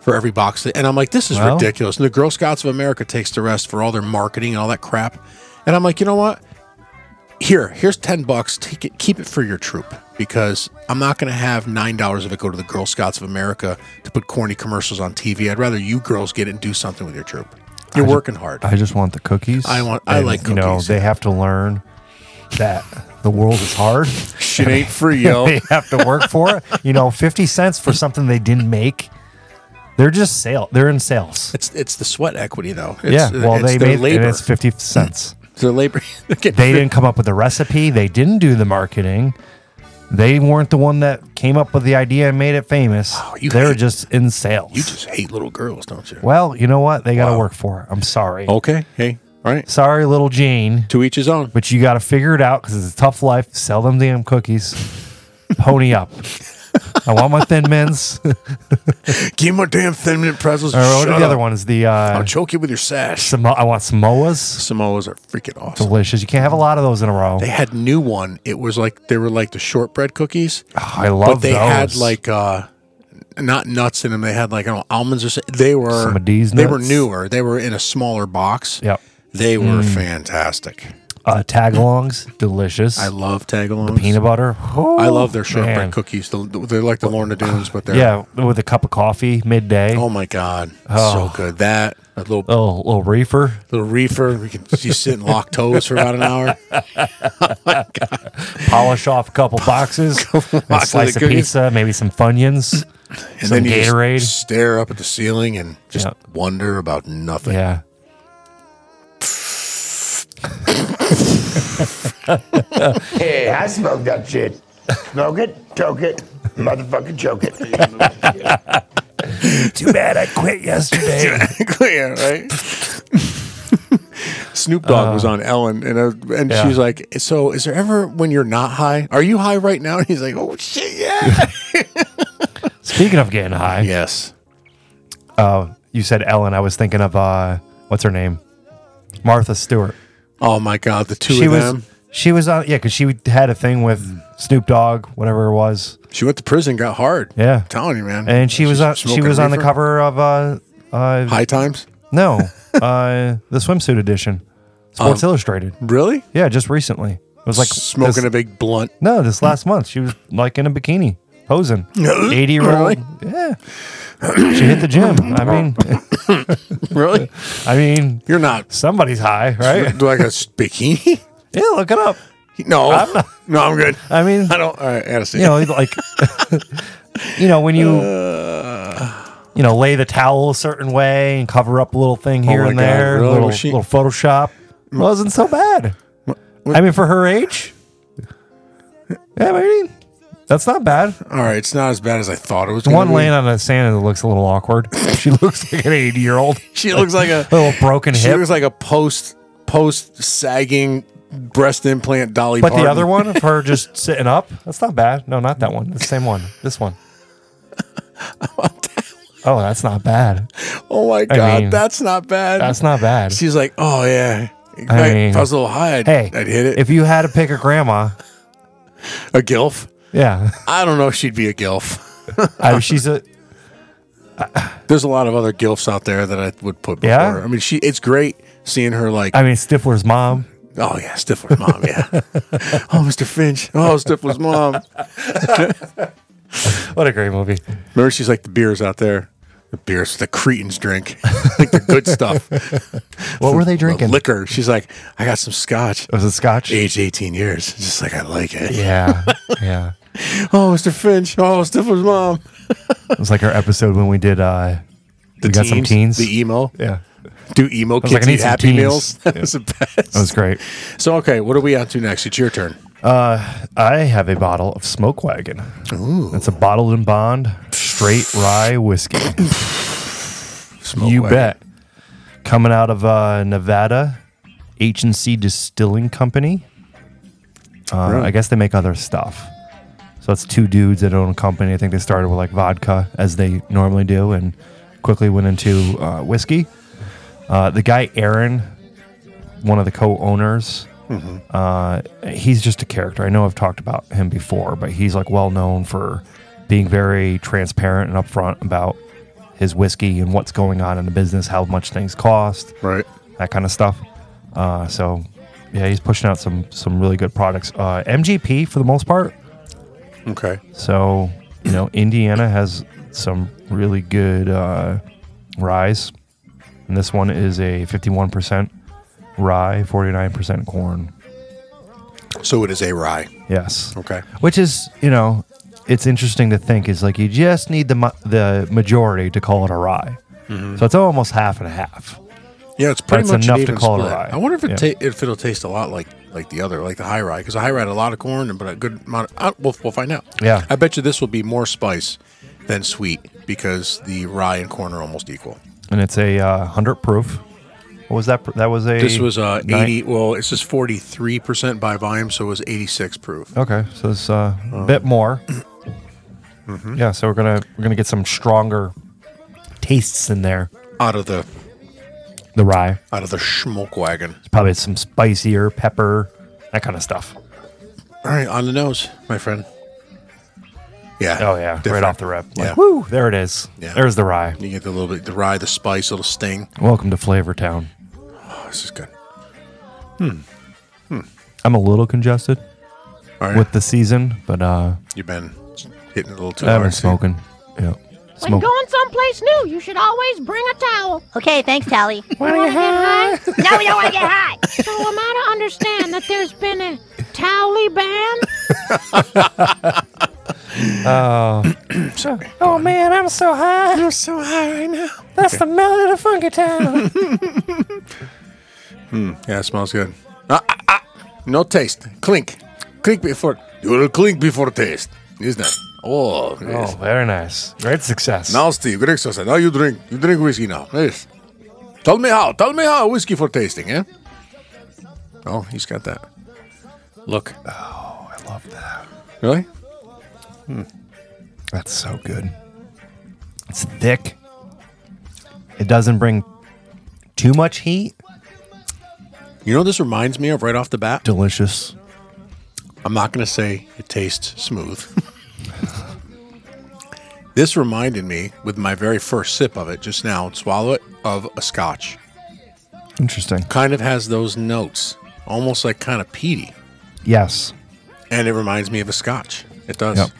Speaker 1: for every box. They, and I'm like, this is
Speaker 2: Well.
Speaker 1: ridiculous. And the Girl Scouts of America takes the rest for all their marketing and all that crap. And I'm like, you know what? Here, here's ten bucks. Take it, keep it for your troop because I'm not going to have nine dollars of it go to the Girl Scouts of America to put corny commercials on TV. I'd rather you girls get it and do something with your troop. You're working hard.
Speaker 2: I just want the cookies.
Speaker 1: I want- I like
Speaker 2: You know,
Speaker 1: cookies.
Speaker 2: they have to learn that the world is hard.
Speaker 1: Shit ain't free,
Speaker 2: (laughs)
Speaker 1: yo.
Speaker 2: they have to work for it. You know, fifty cents for something they didn't make. They're just sale. They're in sales.
Speaker 1: It's it's the sweat equity though. It's,
Speaker 2: yeah. Well,
Speaker 1: it's
Speaker 2: they
Speaker 1: their
Speaker 2: made
Speaker 1: labor.
Speaker 2: and it's fifty
Speaker 1: (laughs)
Speaker 2: cents.
Speaker 1: their labor. Okay.
Speaker 2: They didn't come up with the recipe. They didn't do the marketing. They weren't the one that came up with the idea and made it famous.
Speaker 1: you
Speaker 2: They're
Speaker 1: hate-
Speaker 2: just in sales.
Speaker 1: you just hate little girls, don't you?
Speaker 2: well, you know what? They got to work for it. I'm sorry.
Speaker 1: Okay. Hey. All right.
Speaker 2: Sorry, little Jane.
Speaker 1: To each his own.
Speaker 2: but you got to figure it out because it's a tough life. Sell them damn cookies.
Speaker 1: (laughs)
Speaker 2: Pony up. I want my thin mints. or
Speaker 1: Give my damn thin mint pretzels. and
Speaker 2: what
Speaker 1: shut
Speaker 2: the other
Speaker 1: up.
Speaker 2: one is the uh,
Speaker 1: I'll choke you with your sash.
Speaker 2: Samo- I want Samoas.
Speaker 1: Samoas are freaking awesome.
Speaker 2: Delicious. You can't have a lot of those in a row.
Speaker 1: They had new one. It was like they were like the shortbread cookies,
Speaker 2: Oh, I
Speaker 1: but
Speaker 2: love
Speaker 1: they
Speaker 2: those.
Speaker 1: had like uh not nuts in them. They had like I don't know, almonds or something. They were
Speaker 2: Some of these
Speaker 1: they were
Speaker 2: nuts.
Speaker 1: newer. They were in a smaller box.
Speaker 2: Yep.
Speaker 1: They were
Speaker 2: Mm.
Speaker 1: fantastic.
Speaker 2: uh, tagalongs. Delicious.
Speaker 1: I love tagalongs.
Speaker 2: Peanut butter.
Speaker 1: I love their shortbread
Speaker 2: man.
Speaker 1: cookies. The- They're like the Lorna Doones, but they're
Speaker 2: Yeah, with a cup of coffee midday.
Speaker 1: Oh my god, so good! That a little
Speaker 2: Oh, little reefer.
Speaker 1: little reefer. We can just sit and lock toes for about an
Speaker 2: (laughs)
Speaker 1: hour.
Speaker 2: Polish off
Speaker 1: (laughs)
Speaker 2: a couple boxes. a
Speaker 1: boxes
Speaker 2: slice
Speaker 1: of
Speaker 2: of
Speaker 1: cookies.
Speaker 2: pizza. Maybe some Funyuns.
Speaker 1: And
Speaker 2: some
Speaker 1: then you just
Speaker 2: Gatorade.
Speaker 1: stare up at the ceiling and just
Speaker 2: Yeah.
Speaker 1: wonder about nothing. (laughs)
Speaker 2: Yeah.
Speaker 4: Yeah, I smoke that shit. Smoke it, choke it, motherfucking choke it.
Speaker 2: (laughs) Too bad I quit yesterday.
Speaker 1: Clear, right? (laughs) Snoop Dogg was on Ellen, and uh, and
Speaker 2: Yeah.
Speaker 1: she's like, "So, is there ever when you're not high? Are you high right now?" (laughs) And he's like, "Oh shit,
Speaker 2: (laughs)
Speaker 1: yeah."
Speaker 2: Speaking of getting high.
Speaker 1: yes.
Speaker 2: you said Ellen. I was thinking of uh, what's her name, Martha Stewart.
Speaker 1: Oh my god, the two
Speaker 2: She
Speaker 1: of
Speaker 2: was
Speaker 1: them.
Speaker 2: she was on yeah because she had a thing with Snoop Dogg, whatever it was,
Speaker 1: She went to prison, got hard.
Speaker 2: Yeah.
Speaker 1: I'm telling you, man.
Speaker 2: and she was
Speaker 1: She's
Speaker 2: on she
Speaker 1: smoking
Speaker 2: was on the
Speaker 1: reefer.
Speaker 2: cover of uh, uh
Speaker 1: High times,
Speaker 2: no uh (laughs) the swimsuit edition, Sports Illustrated.
Speaker 1: really?
Speaker 2: Yeah, just recently. It was like
Speaker 1: Oh. Smoking
Speaker 2: this-
Speaker 1: a big blunt.
Speaker 2: (laughs) no this last month she was like in a bikini posing. Eighty year old.
Speaker 1: (laughs) Really?
Speaker 2: Yeah. she hit the gym. I mean,
Speaker 1: Really?
Speaker 2: I mean.
Speaker 1: (laughs) You're not
Speaker 2: Somebody's high, right?
Speaker 1: like a s- bikini? (laughs)
Speaker 2: Yeah, look it up.
Speaker 1: No, I'm not. no, I'm good. I
Speaker 2: I mean,
Speaker 1: don't. All right, Addison.
Speaker 2: you know, like (laughs) you know when you
Speaker 1: Uh.
Speaker 2: you know lay the towel a certain way and cover up a little thing here
Speaker 1: Oh my
Speaker 2: and
Speaker 1: God,
Speaker 2: there,
Speaker 1: really?
Speaker 2: little
Speaker 1: Was she-
Speaker 2: little Photoshop wasn't so bad. I mean, for her age, yeah, I mean, that's not bad.
Speaker 1: all right, it's not as bad as I thought it was. gonna
Speaker 2: One
Speaker 1: be.
Speaker 2: laying on the sand that looks a
Speaker 1: (laughs)
Speaker 2: little awkward. She looks like an eighty-year-old,
Speaker 1: She looks like
Speaker 2: (laughs)
Speaker 1: a.
Speaker 2: little broken
Speaker 1: she
Speaker 2: hip.
Speaker 1: looks like a post post sagging breast implant Dolly.
Speaker 2: but the
Speaker 1: Parton.
Speaker 2: other one of
Speaker 1: (laughs)
Speaker 2: her just sitting up, that's not bad. No, not that one. The same one. This
Speaker 1: (laughs)
Speaker 2: one. Oh, that's not bad.
Speaker 1: Oh my god,
Speaker 2: mean,
Speaker 1: that's not bad.
Speaker 2: That's not bad.
Speaker 1: She's like, oh yeah. If
Speaker 2: I
Speaker 1: I,
Speaker 2: mean,
Speaker 1: if I was a little high, I'd,
Speaker 2: hey,
Speaker 1: I'd hit it.
Speaker 2: If you had to pick a grandma,
Speaker 1: a gilf?
Speaker 2: yeah,
Speaker 1: (laughs) I don't know if she'd be a gilf.
Speaker 2: I, she's a
Speaker 1: There's a lot of other gilfs out there that I would put before.
Speaker 2: Yeah?
Speaker 1: her. I mean, she. It's great seeing her like.
Speaker 2: I mean Stifler's mom.
Speaker 1: Oh yeah, Stifler's mom. Yeah.
Speaker 2: (laughs)
Speaker 1: oh, Mr. Finch. Oh, Stifler's mom.
Speaker 2: What a great movie.
Speaker 1: Remember, she's like the beers out there. The beers the Cretans drink, like the good stuff.
Speaker 2: (laughs) What were they
Speaker 1: The
Speaker 2: drinking?
Speaker 1: liquor. She's like, I got some scotch.
Speaker 2: was it Scotch?
Speaker 1: Age 18 years. Just like I like it.
Speaker 2: Yeah, yeah.
Speaker 1: Oh, Mr. Finch. Oh, Stifler's mom.
Speaker 2: It was like our episode when we did. uh
Speaker 1: The
Speaker 2: We got some teens.
Speaker 1: The e- emo.
Speaker 2: Yeah,
Speaker 1: Do emo kids
Speaker 2: like, I need
Speaker 1: eat
Speaker 2: some
Speaker 1: happy
Speaker 2: teens.
Speaker 1: meals? (laughs) That was the best.
Speaker 2: that was great.
Speaker 1: so okay, what are we on to next? It's your turn.
Speaker 2: I have a bottle of Smoke Wagon. Ooh, it's a bottled and bond straight rye whiskey.
Speaker 1: Smoke
Speaker 2: you
Speaker 1: wagon.
Speaker 2: bet. Coming out of uh, Nevada, H and C Distilling Company. Uh, I guess they make other stuff. So it's two dudes that own a company. I think they started with like vodka, as they normally do, and quickly went into uh, whiskey. Uh, the guy Aaron, one of the co-owners,
Speaker 1: Mm-hmm.
Speaker 2: uh, he's just a character. I know I've talked about him before, but he's like well known for being very transparent and upfront about his whiskey and what's going on in the business, how much things cost,
Speaker 1: Right.
Speaker 2: that kind of stuff. Uh, so, yeah, he's pushing out some some really good products. Uh, MGP for the most part.
Speaker 1: Okay.
Speaker 2: So, you know, Indiana has some really good uh, ryes, and this one is a 51% rye, 49% corn.
Speaker 1: So it is a rye.
Speaker 2: Yes.
Speaker 1: Okay.
Speaker 2: Which is, you know, it's interesting to think is like you just need the mo- the majority to call it a rye. So it's almost half and half.
Speaker 1: Yeah, it's pretty
Speaker 2: That's
Speaker 1: much
Speaker 2: enough
Speaker 1: an
Speaker 2: to
Speaker 1: even
Speaker 2: call it a
Speaker 1: split.
Speaker 2: rye.
Speaker 1: I wonder if it
Speaker 2: Yeah.
Speaker 1: ta- if it'll taste a lot like like the other, like the high rye, because the high rye had a lot of corn, and but a good amount. Of, uh, we'll we'll find out.
Speaker 2: Yeah.
Speaker 1: I bet you this will be more spice than sweet because the rye and corn are almost equal.
Speaker 2: And it's a uh, 100 proof. What was that? pr- That was a.
Speaker 1: This was uh,
Speaker 2: nine-
Speaker 1: eighty. Well, it's just forty three percent by volume, so it was eighty six proof.
Speaker 2: Okay, so it's uh,
Speaker 1: Oh.
Speaker 2: a bit more.
Speaker 1: Mm-hmm.
Speaker 2: Yeah, so we're gonna we're gonna get some stronger tastes in there.
Speaker 1: Out of the
Speaker 2: The rye,
Speaker 1: out of the smoke wagon.
Speaker 2: it's probably some spicier pepper, that kind of stuff.
Speaker 1: All right, on the nose, my friend. Yeah.
Speaker 2: Oh yeah, right
Speaker 1: different.
Speaker 2: off the rip. Like,
Speaker 1: Yeah.
Speaker 2: Woo, there it is.
Speaker 1: Yeah.
Speaker 2: There's the rye.
Speaker 1: You get the little bit the rye, the spice, little sting.
Speaker 2: Welcome to Flavor Town.
Speaker 1: Oh, this is good.
Speaker 2: I'm a little congested
Speaker 1: All right,
Speaker 2: with the season, but uh,
Speaker 1: you've been hitting it a little too hard.
Speaker 2: I've been
Speaker 1: Oh, see?
Speaker 2: smoking. Yeah,
Speaker 5: When
Speaker 2: smoke.
Speaker 5: going someplace new, you should always bring a towel.
Speaker 6: Okay, thanks, Tally.
Speaker 5: Wanna get high?
Speaker 6: no, we don't want to get high.
Speaker 5: (laughs) So am I to understand that there's been a towel ban?
Speaker 7: Oh man, I'm so high. I'm so high right now. That's the melody of Funky Town.
Speaker 1: Yeah, it smells good. Ah, ah, ah. No taste. Clink. Clink before. You will clink before taste. Is that? Oh,
Speaker 2: Oh,
Speaker 1: yes.
Speaker 2: very nice. Great success.
Speaker 1: Now, Steve, great sauce. Now you drink. You drink whiskey now. Yes. Tell me how. Tell me how whiskey for tasting, eh? Oh, he's got that. Oh, Look.
Speaker 2: I love that.
Speaker 1: Really?
Speaker 2: That's so good. It's thick. It doesn't bring too much heat.
Speaker 1: You know what this reminds me of right off the bat?
Speaker 2: Delicious.
Speaker 1: I'm not going to say it tastes smooth. this reminded me, with my very first sip of it just now, swallow it, of a scotch.
Speaker 2: Interesting.
Speaker 1: Kind of has those notes, almost like kind of peaty.
Speaker 2: Yes.
Speaker 1: And it reminds me of a scotch. It does.
Speaker 2: Yep.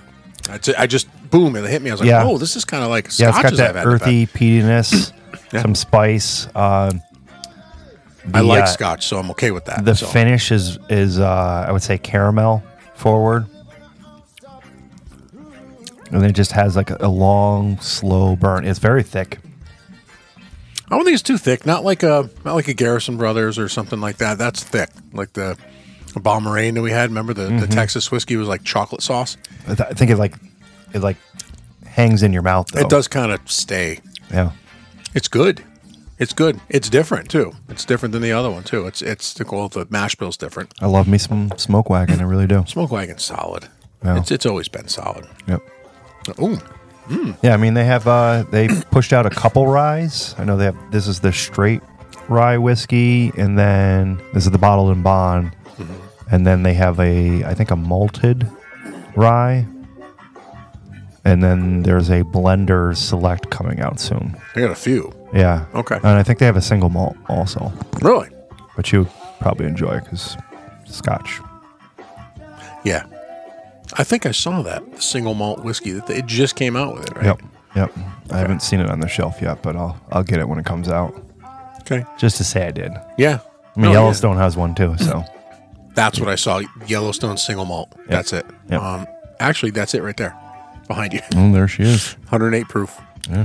Speaker 1: I ju- I just, boom, it hit me. I was like,
Speaker 2: Yeah.
Speaker 1: oh, this is kind of like
Speaker 2: Yeah, it's got
Speaker 1: scotches I've
Speaker 2: that
Speaker 1: had. in the
Speaker 2: earthy (coughs) peatiness,
Speaker 1: Yeah.
Speaker 2: some spice. Uh,
Speaker 1: past. I like
Speaker 2: uh,
Speaker 1: scotch, so I'm okay with that.
Speaker 2: the
Speaker 1: so.
Speaker 2: finish is is uh, I would say caramel forward, and it just has like a, a long, slow burn. It's very thick.
Speaker 1: I don't think it's too thick. Not like a not like a Garrison Brothers or something like that. That's thick. Like the Balmoraine that we had. Remember the,
Speaker 2: Mm-hmm.
Speaker 1: the Texas whiskey was like chocolate sauce.
Speaker 2: I, th- I think it like it like hangs in your mouth. Though.
Speaker 1: It does kind of stay.
Speaker 2: Yeah.
Speaker 1: It's good. It's good. It's different too. It's different than the other one too. It's it's the well, the mash bill's different.
Speaker 2: I love me some smoke wagon. I really do.
Speaker 1: Smoke wagon's solid.
Speaker 2: Yeah.
Speaker 1: It's it's always been solid.
Speaker 2: Yep.
Speaker 1: Ooh,
Speaker 2: Yeah, I mean they have uh they pushed out a couple ryes. I know they have this is the straight rye whiskey, and then this is the bottled and bond,
Speaker 1: Mm-hmm.
Speaker 2: and then they have a I think a malted rye, and then there's a blender select coming out soon.
Speaker 1: I got a few.
Speaker 2: Yeah.
Speaker 1: Okay.
Speaker 2: And I think they have a single malt also,
Speaker 1: Really?
Speaker 2: which you would probably enjoy because Scotch.
Speaker 1: Yeah. I think I saw that the single malt whiskey that they, it just came out with it. Right?
Speaker 2: Yep. Yep. I haven't seen it on the shelf yet, but I'll I'll get it when it comes out. Oh,
Speaker 1: Okay.
Speaker 2: Just to say I did.
Speaker 1: Yeah.
Speaker 2: I mean,
Speaker 1: No, yeah.
Speaker 2: Yellowstone has one too, so.
Speaker 1: That's what I saw. Yellowstone single malt. That's it.
Speaker 2: Yep.
Speaker 1: Um, actually, that's it right there, behind you.
Speaker 2: (clears throat) Oh, there she is.
Speaker 1: 108 proof.
Speaker 2: Yeah.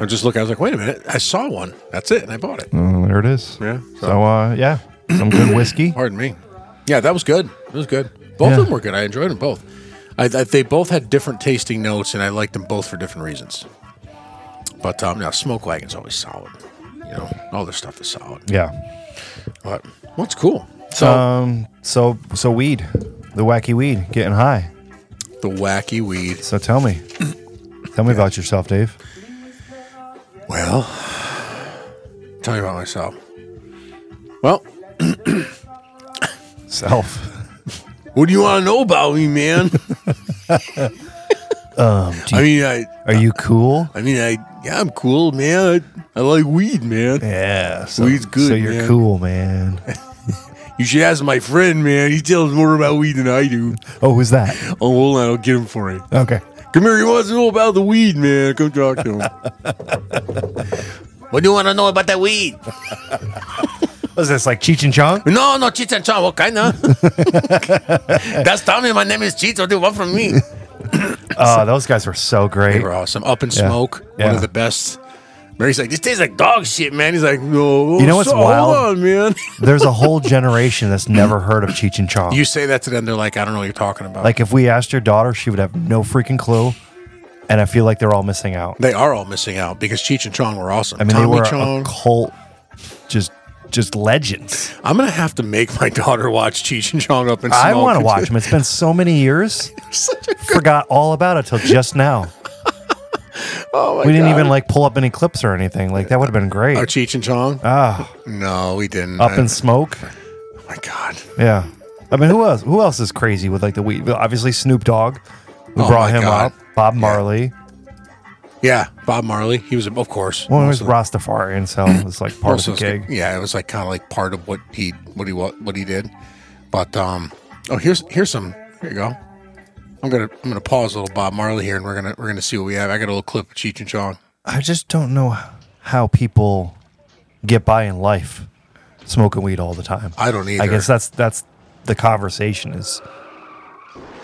Speaker 1: I just looked. I was like, wait a minute. I saw one. That's it, and I bought it.
Speaker 2: Oh, there it is.
Speaker 1: Yeah, so-
Speaker 2: So, uh, yeah, some good whiskey.
Speaker 1: Pardon me. Yeah, that was good. It was good. Both
Speaker 2: Yeah.
Speaker 1: of them were good. I enjoyed them both. I, I, they both had different tasting notes, and I liked them both for different reasons. But um, now Smoke Wagon's always solid. You know, all their stuff is solid.
Speaker 2: Yeah. Uh,
Speaker 1: But what's cool? So
Speaker 2: Um. So so weed. the wacky weed, getting high.
Speaker 1: The wacky weed.
Speaker 2: So tell me, tell me about yourself, Dave.
Speaker 1: Well, tell you about myself. Well,
Speaker 2: Self.
Speaker 1: what do you want to know about me, man?
Speaker 2: (laughs) Um,
Speaker 1: I mean, I,
Speaker 2: Are you cool?
Speaker 1: I mean, I, yeah, I'm cool, man. I, I like weed, man.
Speaker 2: Yeah. So,
Speaker 1: Weed's good,
Speaker 2: So you're
Speaker 1: man.
Speaker 2: cool, man.
Speaker 1: You should ask my friend, man. He tells more about weed than I do.
Speaker 2: Oh, who's (laughs) that?
Speaker 1: Oh, hold on, I'll get him for you.
Speaker 2: Okay.
Speaker 1: Come here. He wants to know about the weed, man. Come talk to him. what do you want to know about that weed?
Speaker 2: Was this like Cheech and (laughs) Chong?
Speaker 1: No, no, Cheech and Chong. What kind of? (laughs) That's Tommy. My name is Cheech. What do you want from me?
Speaker 2: Oh, those guys were so
Speaker 1: They
Speaker 2: great.
Speaker 1: were awesome. Up in Smoke, one
Speaker 2: Yeah.
Speaker 1: of the best. Mary's like, this tastes like dog shit, man. He's like, no.
Speaker 2: You know what's
Speaker 1: so-
Speaker 2: wild?
Speaker 1: Hold on, man. (laughs)
Speaker 2: There's a whole generation that's never heard of Cheech and Chong.
Speaker 1: you say that to them, they're like, I don't know what you're talking about.
Speaker 2: like, if we asked your daughter, she would have no freaking clue. And I feel like they're all missing out.
Speaker 1: they are all missing out because Cheech and Chong were awesome.
Speaker 2: I mean,
Speaker 1: Tommy
Speaker 2: they were a
Speaker 1: Chong.
Speaker 2: cult, just just legends.
Speaker 1: I'm gonna have to make my (laughs) daughter watch Cheech and Chong up in smoke.
Speaker 2: I want to watch them. It's been so many
Speaker 1: (laughs)
Speaker 2: years. Forgot all about it till just now.
Speaker 1: Oh my
Speaker 2: We didn't
Speaker 1: God.
Speaker 2: even like pull up any clips or anything. Like that would have been great.
Speaker 1: Oh, Cheech and Chong?
Speaker 2: Ah,
Speaker 1: no, we didn't.
Speaker 2: up in
Speaker 1: I-
Speaker 2: smoke.
Speaker 1: oh my God.
Speaker 2: Yeah. I mean, who else? Who else is crazy with like the weed? Obviously, Snoop Dogg. We
Speaker 1: Oh
Speaker 2: brought
Speaker 1: my
Speaker 2: him
Speaker 1: God.
Speaker 2: up. Bob Marley.
Speaker 1: Yeah, Bob Marley. He was, of course.
Speaker 2: Well, it was
Speaker 1: Also-
Speaker 2: Rastafarian, so it was like part of
Speaker 1: also
Speaker 2: the
Speaker 1: was-
Speaker 2: gig.
Speaker 1: Yeah, it was like kind of like part of what he what he wa- what he did. But um, oh here's here's some. Here you go. I'm gonna I'm gonna pause a little Bob Marley here, and we're gonna we're gonna see what we have. I got a little clip of Cheech and Chong.
Speaker 2: I just don't know how people get by in life smoking weed all the time.
Speaker 1: I don't either.
Speaker 2: I guess that's that's the conversation is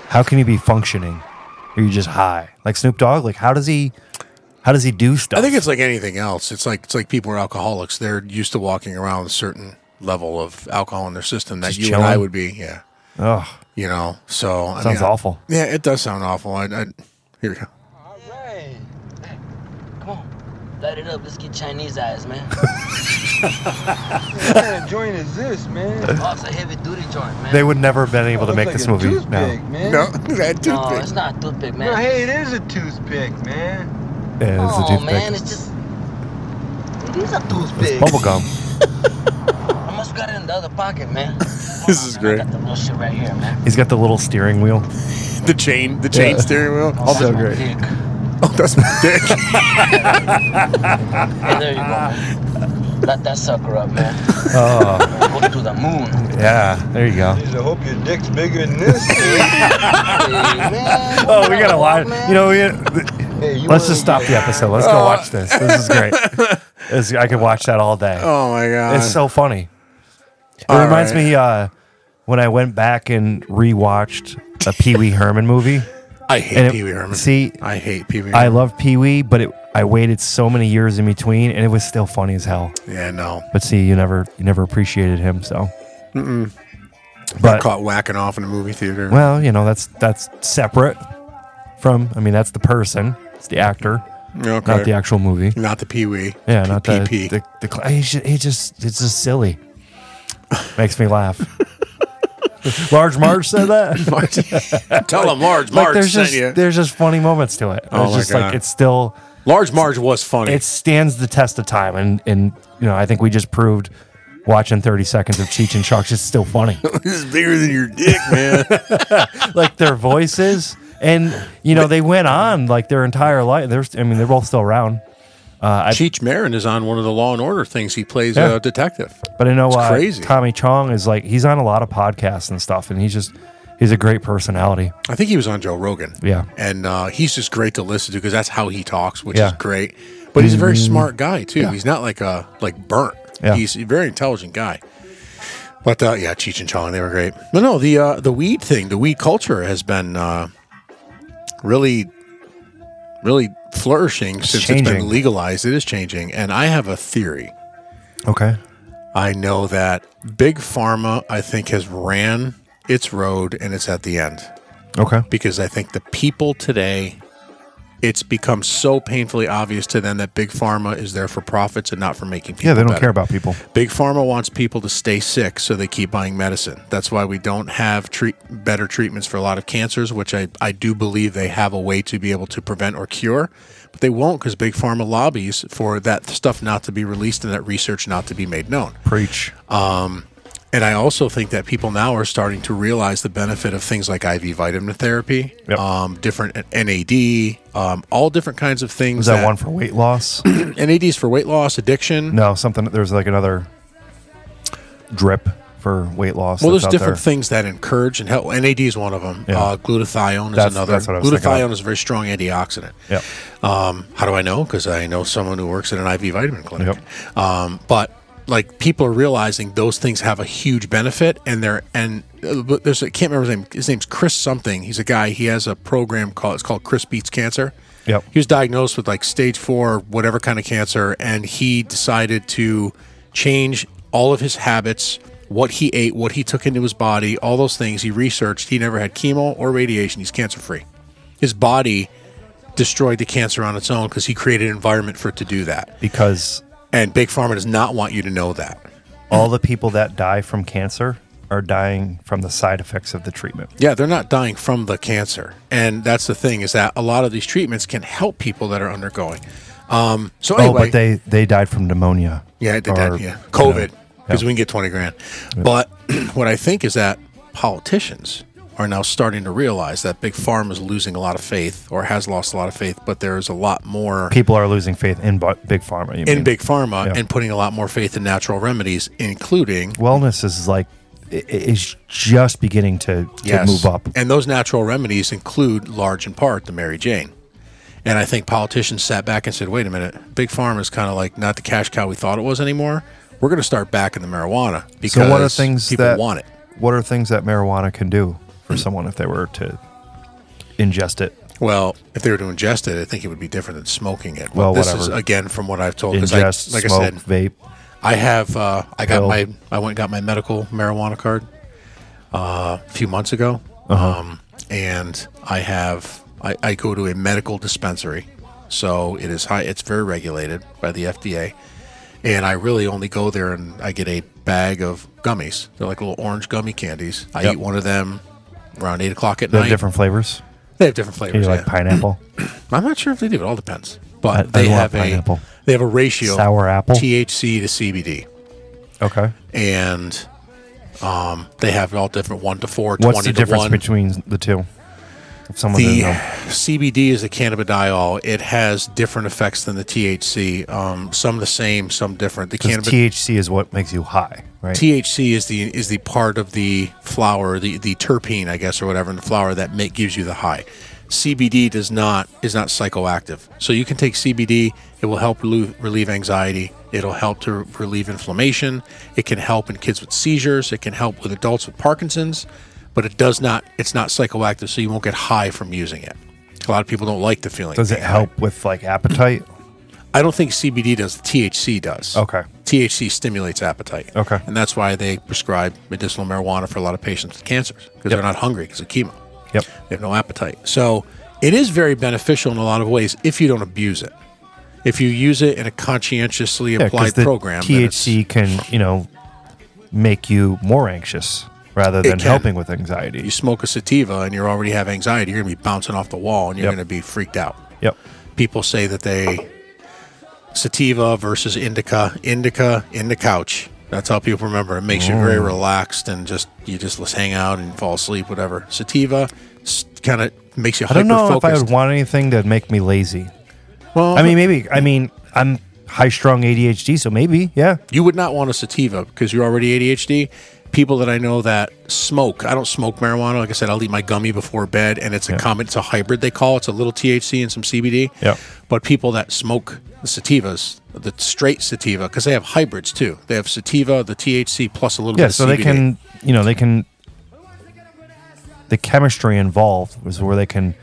Speaker 2: how can you be functioning? Are you just high? Like Snoop Dogg, like how does he how does he do stuff?
Speaker 1: I think it's like anything else. It's like it's like people are alcoholics. They're used to walking around with a certain level of alcohol in their system that
Speaker 2: Just
Speaker 1: you and I
Speaker 2: chilling.
Speaker 1: would be. Yeah,
Speaker 2: Ugh,
Speaker 1: you know. So I
Speaker 2: sounds
Speaker 1: mean, I-
Speaker 2: awful.
Speaker 1: Yeah, it does sound awful. I, I here we go.
Speaker 8: Come on, light it up. Let's get Chinese
Speaker 2: (laughs)
Speaker 8: eyes, man.
Speaker 9: What kind of joint is this, man?
Speaker 8: oh, it's a heavy duty joint, man.
Speaker 2: They would never have been able to
Speaker 9: Looks
Speaker 2: make
Speaker 9: like
Speaker 2: this
Speaker 9: a
Speaker 2: movie.
Speaker 9: Toothpick,
Speaker 2: No.
Speaker 9: man.
Speaker 1: No, (laughs) that
Speaker 8: no,
Speaker 1: toothpick.
Speaker 8: it's not a toothpick, man.
Speaker 9: No, Hey, it is a toothpick, man.
Speaker 2: Yeah, it's a
Speaker 8: oh,
Speaker 2: toothpick.
Speaker 8: man, it's just. It is a toothpick.
Speaker 2: Bubble gum.
Speaker 8: I must got it in the other pocket, man.
Speaker 2: (laughs)
Speaker 1: This is
Speaker 8: I
Speaker 1: great.
Speaker 8: got the little shit right here, man.
Speaker 2: He's got the little steering wheel.
Speaker 1: The chain, the chain steering wheel.
Speaker 8: (laughs)
Speaker 1: Oh,
Speaker 2: So
Speaker 8: That's my
Speaker 2: great.
Speaker 8: dick.
Speaker 1: that's my dick. (laughs)
Speaker 8: Hey, there you go, man.
Speaker 2: (laughs)
Speaker 8: Let that sucker up, man.
Speaker 2: Oh.
Speaker 8: Go to the moon.
Speaker 2: Yeah, there you go.
Speaker 9: Jeez, I hope your dick's bigger than this. hey,
Speaker 8: Hey, man.
Speaker 2: Oh, we gotta watch.
Speaker 8: man.
Speaker 2: You know, we,
Speaker 9: you
Speaker 2: let's
Speaker 9: wanna
Speaker 2: just stop
Speaker 9: get-
Speaker 2: the episode. Let's go watch this. This
Speaker 9: (laughs)
Speaker 2: is great. This- I could watch that all day.
Speaker 1: Oh my god.
Speaker 2: It's so funny. It
Speaker 1: All
Speaker 2: reminds
Speaker 1: right.
Speaker 2: me uh, when I went back and rewatched a Pee Wee Herman movie.
Speaker 1: I hate
Speaker 2: And it-
Speaker 1: Pee Wee Herman.
Speaker 2: see,
Speaker 1: I hate Pee Wee.
Speaker 2: I
Speaker 1: Herman.
Speaker 2: love Pee Wee, but it, I waited so many years in between, and it was still funny as hell.
Speaker 1: yeah, no.
Speaker 2: But see, you never you never appreciated him, so.
Speaker 1: I
Speaker 2: But
Speaker 1: caught whacking off in a movie theater.
Speaker 2: well, you know that's that's separate from. I mean, that's the person. It's the actor,
Speaker 1: okay.
Speaker 2: not the actual movie.
Speaker 1: Not the Pee Wee.
Speaker 2: Yeah, not the,
Speaker 1: PP.
Speaker 2: the, the cl- he, ju- he just it's just silly. Makes
Speaker 1: (laughs)
Speaker 2: me laugh. Large Marge said that.
Speaker 1: (laughs) Tell
Speaker 2: (laughs)
Speaker 1: him Large
Speaker 2: like
Speaker 1: Marge
Speaker 2: there's
Speaker 1: sent
Speaker 2: just
Speaker 1: you.
Speaker 2: there's just funny moments to it.
Speaker 1: Oh
Speaker 2: it's
Speaker 1: my
Speaker 2: just
Speaker 1: God.
Speaker 2: like it's still
Speaker 1: Large Marge was funny.
Speaker 2: it stands the test of time and and you know I think we just proved watching 30 seconds of Cheech and Chong's it's still funny.
Speaker 1: (laughs) this is bigger than your dick,
Speaker 2: (laughs)
Speaker 1: man.
Speaker 2: like their voices and you know they went on like their entire life. There's I mean they're both still around.
Speaker 1: Cheech Marin is on one of the Law and Order things. He plays
Speaker 2: Yeah.
Speaker 1: a detective.
Speaker 2: But I know uh,
Speaker 1: crazy.
Speaker 2: Tommy Chong is like he's on a lot of podcasts and stuff and he's just he's a great personality.
Speaker 1: I think he was on Joe Rogan.
Speaker 2: Yeah.
Speaker 1: And uh, he's just great to listen to because that's how he talks, which
Speaker 2: Yeah. Mm-hmm.
Speaker 1: is great. But he's a very smart guy too. He's not like a like burnt.
Speaker 2: Yeah.
Speaker 1: He's a very intelligent guy. But uh, yeah, Cheech and Chong, they were great. No, no, the uh, the weed thing, the weed culture has been uh, really, really flourishing since it's
Speaker 2: changing.
Speaker 1: been legalized. It is changing, and I have a theory.
Speaker 2: Okay.
Speaker 1: I know that big pharma, I think, has ran its road and it's at the end
Speaker 2: Okay.
Speaker 1: because I think the people today it's become so painfully obvious to them that big pharma is there for profits and not for making people.
Speaker 2: Yeah, they don't
Speaker 1: better.
Speaker 2: care about people.
Speaker 1: Big pharma wants people to stay sick, so they keep buying medicine. That's why we don't have treat better treatments for a lot of cancers, which I, I do believe they have a way to be able to prevent or cure, but they won't because big pharma lobbies for that stuff not to be released and that research not to be made known.
Speaker 2: Preach.
Speaker 1: Um, And I also think that people now are starting to realize the benefit of things like IV vitamin therapy,
Speaker 2: Yep.
Speaker 1: um, different NAD, um, all different kinds of things.
Speaker 2: Was that one for weight (coughs) loss?
Speaker 1: NAD is for weight loss, addiction.
Speaker 2: no, something. There's like another drip for weight loss.
Speaker 1: Well,
Speaker 2: that's
Speaker 1: there's
Speaker 2: out
Speaker 1: different
Speaker 2: there.
Speaker 1: things that encourage and help. NAD is one of them.
Speaker 2: Yeah.
Speaker 1: Uh, glutathione is
Speaker 2: That's-
Speaker 1: another.
Speaker 2: that's what I was thinking
Speaker 1: glutathione
Speaker 2: of.
Speaker 1: is a very strong antioxidant.
Speaker 2: Yep.
Speaker 1: Um, how do I know? Because I know someone who works at an IV vitamin clinic.
Speaker 2: Yep.
Speaker 1: Um, but like people are realizing those things have a huge benefit, and they're and uh, but there's I can't remember his name. His name's Chris something. He's a guy. He has a program called it's called Chris Beats Cancer.
Speaker 2: Yep.
Speaker 1: He was diagnosed with like stage four, whatever kind of cancer, and he decided to change all of his habits, what he ate, what he took into his body, all those things. He researched. He never had chemo or radiation. He's cancer free. His body destroyed the cancer on its own because he created an environment for it to do that.
Speaker 2: Because
Speaker 1: And Big Pharma does not want you to know that.
Speaker 2: all the people that die from cancer are dying from the side effects of the treatment.
Speaker 1: Yeah, they're not dying from the cancer. And that's the thing is that a lot of these treatments can help people that are undergoing. Um, so
Speaker 2: Oh,
Speaker 1: anyway,
Speaker 2: but they they died from pneumonia.
Speaker 1: Yeah, they
Speaker 2: Or,
Speaker 1: did. Yeah,
Speaker 2: you know,
Speaker 1: COVID because
Speaker 2: yeah.
Speaker 1: we can get twenty grand. But (clears throat) what I think is that politicians are now starting to realize that big farm is losing a lot of faith or has lost a lot of faith, but there is a lot more
Speaker 2: people are losing faith in bu- big pharma. You
Speaker 1: in
Speaker 2: mean.
Speaker 1: big pharma
Speaker 2: Yeah.
Speaker 1: and putting a lot more faith in natural remedies, including
Speaker 2: wellness is like i- i- is just beginning to, to
Speaker 1: Yes.
Speaker 2: move up.
Speaker 1: And those natural remedies include, large in part, the Mary Jane. And I think politicians sat back and said, wait a minute, Big Pharma is kind of like not the cash cow we thought it was anymore. We're going to start backing the marijuana because
Speaker 2: So what are things
Speaker 1: people
Speaker 2: that
Speaker 1: want it. Mm.
Speaker 2: What are things that marijuana can do for someone if they were to ingest it?
Speaker 1: Well, if they were to ingest it, I think it would be different than smoking it. But
Speaker 2: Well,
Speaker 1: this
Speaker 2: whatever.
Speaker 1: is again from what I've told. 'cause I,
Speaker 2: Ingest,
Speaker 1: like
Speaker 2: smoke,
Speaker 1: I said,
Speaker 2: vape.
Speaker 1: I have. Uh, I got
Speaker 2: Pill.
Speaker 1: my. I went and got my medical marijuana card uh, a few months ago,
Speaker 2: Uh-huh.
Speaker 1: um, and I have. I, I go to a medical dispensary, so it is high. It's very regulated by the FDA, and I really only go there and I get a bag of gummies. They're like little orange gummy candies. I
Speaker 2: Yep.
Speaker 1: eat one of them around eight o'clock at
Speaker 2: They
Speaker 1: night.
Speaker 2: have different flavors.
Speaker 1: They have different
Speaker 2: You
Speaker 1: flavors.
Speaker 2: like
Speaker 1: yeah. (clears throat)
Speaker 2: pineapple.
Speaker 1: I'm not sure if they do. It all depends.
Speaker 2: I-
Speaker 1: But
Speaker 2: I
Speaker 1: they have
Speaker 2: love pineapple.
Speaker 1: a they have a ratio
Speaker 2: Sour apple?
Speaker 1: THC to CBD,
Speaker 2: okay.
Speaker 1: and um, they have all different one to four,
Speaker 2: What's
Speaker 1: 20
Speaker 2: the
Speaker 1: to
Speaker 2: difference
Speaker 1: one.
Speaker 2: between the two? If someone
Speaker 1: the
Speaker 2: didn't know.
Speaker 1: CBD is the cannabidiol. It has different effects than the THC. Um, some the same, some different. The
Speaker 2: 'Cause
Speaker 1: cannabis
Speaker 2: THC is what makes you high, right?
Speaker 1: THC is the is the part of the flower, the the terpene, I guess, or whatever in the flower that make, gives you the high. CBD does not is not psychoactive, so you can take CBD. It will help relieve, relieve anxiety. It'll help to relieve inflammation. It can help in kids with seizures. It can help with adults with Parkinson's, but it does not. It's not psychoactive, so you won't get high from using it. A lot of people don't like the feeling.
Speaker 2: Does it help with like appetite?
Speaker 1: I don't think CBD does. THC does.
Speaker 2: Okay.
Speaker 1: THC stimulates appetite.
Speaker 2: Okay.
Speaker 1: And that's why they prescribe medicinal marijuana for a lot of patients with cancers because they're not hungry because of chemo.
Speaker 2: Yep.
Speaker 1: They have no appetite. So it is very beneficial in a lot of ways if you don't abuse it. If you use it in a conscientiously
Speaker 2: Yeah, 'cause
Speaker 1: applied
Speaker 2: the
Speaker 1: program, then it's-
Speaker 2: THC can, you know, make you more anxious rather than
Speaker 1: can.
Speaker 2: helping with anxiety.
Speaker 1: you smoke a sativa and you already have anxiety, you're going to be bouncing off the wall and you're
Speaker 2: Yep.
Speaker 1: going to be freaked out.
Speaker 2: Yep.
Speaker 1: people say that they sativa versus indica, indica in the couch. That's how people remember. It makes you
Speaker 2: Mm.
Speaker 1: very relaxed and just you just let's hang out and fall asleep, whatever. Sativa kind of makes you
Speaker 2: I
Speaker 1: hyper
Speaker 2: don't know if I would
Speaker 1: focused.
Speaker 2: want anything that'd make me lazy.
Speaker 1: Well,
Speaker 2: I mean, maybe. I mean, I'm high strung ADHD, so maybe, yeah.
Speaker 1: you would not want a sativa because you're already ADHD. People that I know that smoke, I don't smoke marijuana. Like I said, I'll eat my gummy before bed, and it's a
Speaker 2: Yeah.
Speaker 1: common, it's a hybrid they call. it. It's a little THC and some CBD.
Speaker 2: Yeah.
Speaker 1: But people that smoke the sativas, the straight sativa, because they have hybrids too. They have sativa, the THC plus a little
Speaker 2: Yeah,
Speaker 1: bit.
Speaker 2: so
Speaker 1: of
Speaker 2: they
Speaker 1: CBD.
Speaker 2: can, you know, they can. The chemistry involved is where they can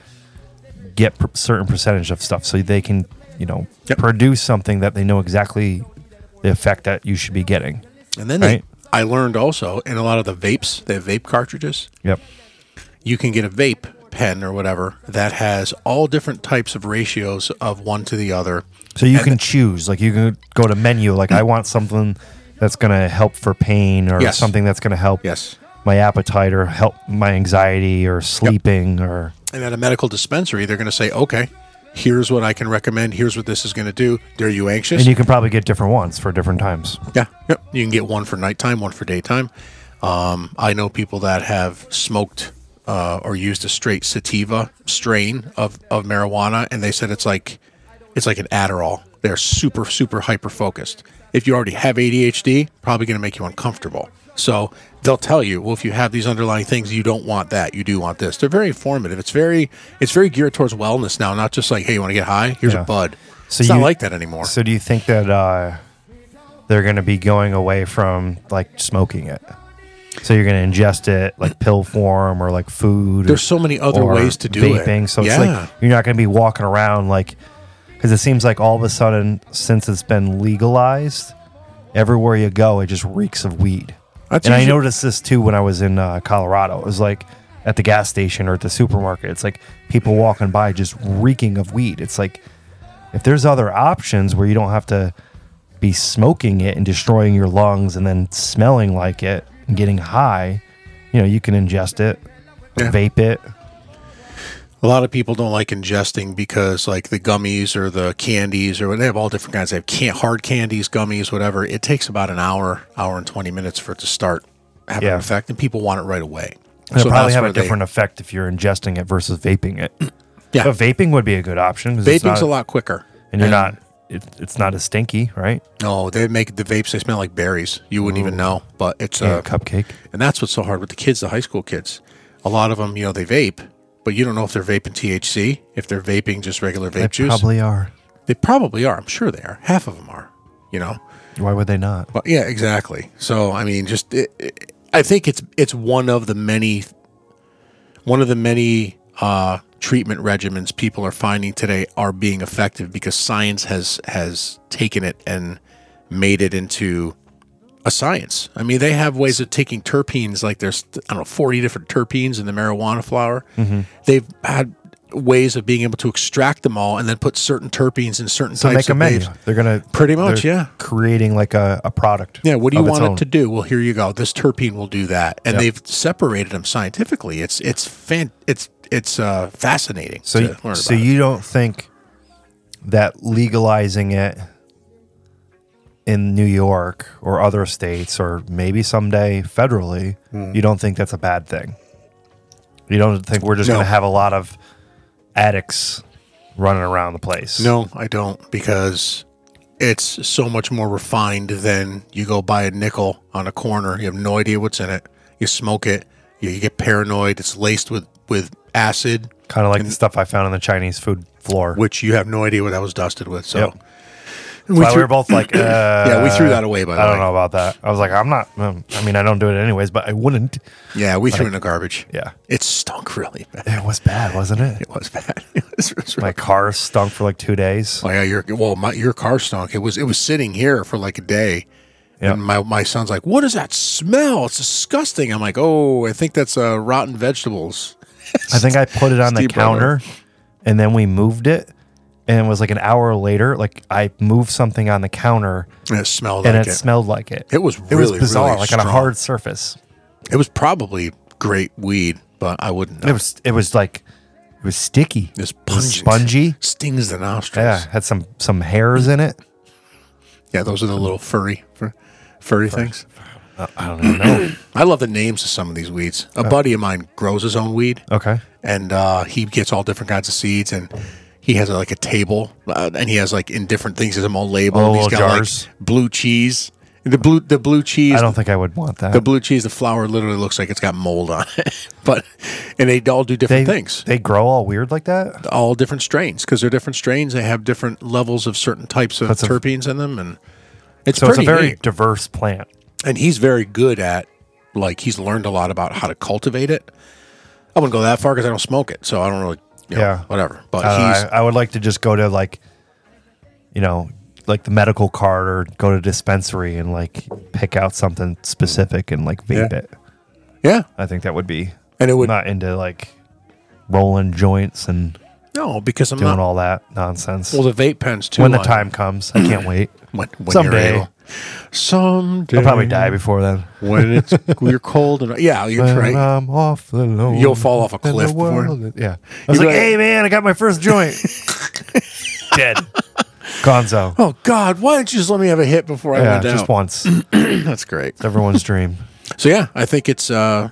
Speaker 2: get pr- certain percentage of stuff, so they can, you know,
Speaker 1: Yep.
Speaker 2: produce something that they know exactly the effect that you should be getting.
Speaker 1: And then
Speaker 2: right.
Speaker 1: they, I learned also in a lot of the vapes, they have vape cartridges.
Speaker 2: Yep.
Speaker 1: You can get a vape pen or whatever that has all different types of ratios of one to the other.
Speaker 2: So you can choose, like you can go to menu, like I want something that's gonna help for pain or
Speaker 1: Yes.
Speaker 2: something that's gonna help
Speaker 1: Yes.
Speaker 2: my appetite or help my anxiety or sleeping or
Speaker 1: And at a medical dispensary, they're going to say, okay, here's what I can recommend. Here's what this is going to do. Are you anxious?
Speaker 2: and you can probably get different ones for different times.
Speaker 1: Yeah, yep. You can get one for nighttime, one for daytime. Um, I know people that have smoked uh, or used a straight sativa strain of, of marijuana, and they said it's like it's like an Adderall. They're super super hyper focused. If you already have ADHD, probably going to make you uncomfortable. So they'll tell you, well, if you have these underlying things, you don't want that. You do want this. They're very informative. It's very it's very geared towards wellness now, not just like, hey, you want to get high? Here's
Speaker 2: Yeah.
Speaker 1: a bud.
Speaker 2: So
Speaker 1: it's
Speaker 2: you-
Speaker 1: not like that anymore.
Speaker 2: So do you think that uh, they're gonna be going away from like smoking it? So you're gonna ingest it like pill form or like food.
Speaker 1: There's so many other
Speaker 2: or
Speaker 1: ways to do it.
Speaker 2: vaping. So it's
Speaker 1: Yeah.
Speaker 2: like you're not gonna be walking around like because it seems like all of a sudden since it's been legalized, everywhere you go it just reeks of weed.
Speaker 1: That's
Speaker 2: and I
Speaker 1: usually-
Speaker 2: noticed this too when I was in uh, Colorado. It was like at the gas station or at the supermarket. It's like people walking by just reeking of weed. It's like if there's other options where you don't have to be smoking it and destroying your lungs and then smelling like it and getting high, you know, you can ingest it,
Speaker 1: Yeah.
Speaker 2: vape it.
Speaker 1: A lot of people don't like ingesting because, like the gummies or the candies, or they have all different kinds. They have can- hard candies, gummies, whatever. It takes about an hour, hour and twenty minutes for it to start having
Speaker 2: Yeah.
Speaker 1: an effect, and people want it right away.
Speaker 2: And it'll probably
Speaker 1: that's
Speaker 2: have a
Speaker 1: where they-
Speaker 2: different effect if you're ingesting it versus vaping it.
Speaker 1: Yeah.
Speaker 2: But vaping would be a good option. 'cause it's
Speaker 1: Vaping's
Speaker 2: not-
Speaker 1: a lot quicker,
Speaker 2: And you're not, it, it's not as stinky, right?
Speaker 1: No, they make the vapes. They smell like berries. You wouldn't even know, but it's
Speaker 2: Yeah,
Speaker 1: a
Speaker 2: cupcake.
Speaker 1: And that's what's so hard with the kids, the high school kids. A lot of them, you know, they vape, but you don't know if they're vaping THC, if they're vaping just regular vape
Speaker 2: They
Speaker 1: juice.
Speaker 2: probably are.
Speaker 1: they probably are. I'm sure they are. Half of them are. You know.
Speaker 2: Why would they not?
Speaker 1: Well, yeah, exactly. So I mean, just it, it, I think it's it's one of the many, one of the many uh, treatment regimens people are finding today are being effective because science has has taken it and made it into a science. I mean, they have ways of taking terpenes, like there's I don't know forty different terpenes in the marijuana flower.
Speaker 2: Mm-hmm.
Speaker 1: They've had ways of being able to extract them all and then put certain terpenes in certain
Speaker 2: So
Speaker 1: types
Speaker 2: make a
Speaker 1: of
Speaker 2: menu.
Speaker 1: vapes.
Speaker 2: They're gonna
Speaker 1: Pretty much,
Speaker 2: they're
Speaker 1: yeah.
Speaker 2: Creating like a, a product.
Speaker 1: Yeah, what do you
Speaker 2: of its
Speaker 1: want
Speaker 2: own.
Speaker 1: it to do? Well, here you go. This terpene will do that, and
Speaker 2: Yep.
Speaker 1: they've separated them scientifically. It's it's fan it's it's uh, fascinating.
Speaker 2: So,
Speaker 1: to
Speaker 2: y-
Speaker 1: learn
Speaker 2: so
Speaker 1: about it.
Speaker 2: you don't think that legalizing it in New York or other states, or maybe someday federally,
Speaker 1: Hmm.
Speaker 2: you don't think that's a bad thing? You don't think we're just
Speaker 1: No.
Speaker 2: gonna have a lot of addicts running around the place?
Speaker 1: no, I don't because it's so much more refined than you go buy a nickel on a corner. You have no idea what's in it. You smoke it. You, you get paranoid. It's laced with with acid,
Speaker 2: kind of like the stuff I found on the Chinese food floor.
Speaker 1: which you have no idea what that was dusted with. So.
Speaker 2: Yep.
Speaker 1: We
Speaker 2: That's why we
Speaker 1: threw-
Speaker 2: were both
Speaker 1: (clears throat)
Speaker 2: like, uh, yeah,
Speaker 1: we threw that away, by the
Speaker 2: I
Speaker 1: way.
Speaker 2: don't know about that. I was like, I'm not. Um, I mean, I don't do it anyways, but I wouldn't.
Speaker 1: yeah, we threw it in the garbage.
Speaker 2: Yeah.
Speaker 1: It stunk really bad. (laughs)
Speaker 2: It was bad, wasn't it?
Speaker 1: It was bad. (laughs) It was, it was
Speaker 2: My car stunk for like two days.
Speaker 1: Oh yeah, your well, my, your car stunk. It was it was sitting here for like a day,
Speaker 2: Yeah.
Speaker 1: and my my son's like, "What is that smell? It's disgusting." I'm like, "Oh, I think that's uh, rotten vegetables."
Speaker 2: I think I put it on the
Speaker 1: Steve Brunner.
Speaker 2: counter, and then we moved it, and it was like an hour later. Like I moved something on the counter,
Speaker 1: And it smelled
Speaker 2: and
Speaker 1: like
Speaker 2: it,
Speaker 1: it.
Speaker 2: smelled like it.
Speaker 1: It was
Speaker 2: it was
Speaker 1: really,
Speaker 2: bizarre,
Speaker 1: really
Speaker 2: like on a
Speaker 1: strong.
Speaker 2: hard surface.
Speaker 1: it was probably great weed, but I wouldn't. Know.
Speaker 2: It was it was like it was sticky.
Speaker 1: It's
Speaker 2: It was
Speaker 1: pungent.
Speaker 2: spongy.
Speaker 1: stings the nostrils.
Speaker 2: Yeah, had some some hairs in it.
Speaker 1: Yeah, those are the little furry fur, furry things.
Speaker 2: I don't even know.
Speaker 1: (coughs) I love the names of some of these weeds. A buddy of mine grows his own weed.
Speaker 2: okay.
Speaker 1: and uh, he gets all different kinds of seeds and he has like a table uh, and he has like in different things he has them all labeled
Speaker 2: Oh,
Speaker 1: he's
Speaker 2: little
Speaker 1: got
Speaker 2: jars.
Speaker 1: like blue cheese the blue the blue cheese
Speaker 2: I don't think I would want that.
Speaker 1: the blue cheese the flour literally looks like it's got mold on it (laughs) but and they all do
Speaker 2: they
Speaker 1: different things
Speaker 2: They grow all weird like that.
Speaker 1: all different strains because they're different strains they have different levels of certain types of
Speaker 2: That's a-
Speaker 1: terpenes in them and it's
Speaker 2: So it's
Speaker 1: pretty
Speaker 2: a very
Speaker 1: neat.
Speaker 2: diverse plant.
Speaker 1: and he's very good at like he's learned a lot about how to cultivate it i wouldn't go that far because i don't smoke it so i don't really you know,
Speaker 2: Yeah. Uh,
Speaker 1: whatever but
Speaker 2: I, don't know,
Speaker 1: he's
Speaker 2: I- I would like to just go to like, you know, like the medical card or go to dispensary and like pick out something specific and like vape
Speaker 1: Yeah.
Speaker 2: it.
Speaker 1: yeah
Speaker 2: I think that would be.
Speaker 1: And it would-
Speaker 2: I'm not into like rolling joints and
Speaker 1: No, because I'm
Speaker 2: doing
Speaker 1: not.
Speaker 2: all that nonsense.
Speaker 1: well, the vape pens too.
Speaker 2: when the
Speaker 1: I-
Speaker 2: time comes, I
Speaker 1: (clears throat)
Speaker 2: can't wait.
Speaker 1: when, when
Speaker 2: Someday.
Speaker 1: You're able. Someday.
Speaker 2: I'll probably die before then.
Speaker 1: when
Speaker 2: (laughs)
Speaker 1: it's you're cold and yeah, you're
Speaker 2: When
Speaker 1: right.
Speaker 2: I'm off alone
Speaker 1: You'll fall off a
Speaker 2: in the
Speaker 1: cliff before-
Speaker 2: world. Yeah. I
Speaker 1: You'll
Speaker 2: was like,
Speaker 1: be like-
Speaker 2: hey, man, I got my
Speaker 1: (laughs)
Speaker 2: first joint. Dead. Gonzo.
Speaker 1: Oh God, why don't you just let me have a hit before I
Speaker 2: yeah,
Speaker 1: went down?
Speaker 2: just once. It's
Speaker 1: (clears throat) That's great.
Speaker 2: everyone's dream.
Speaker 1: So yeah, I think it's. uh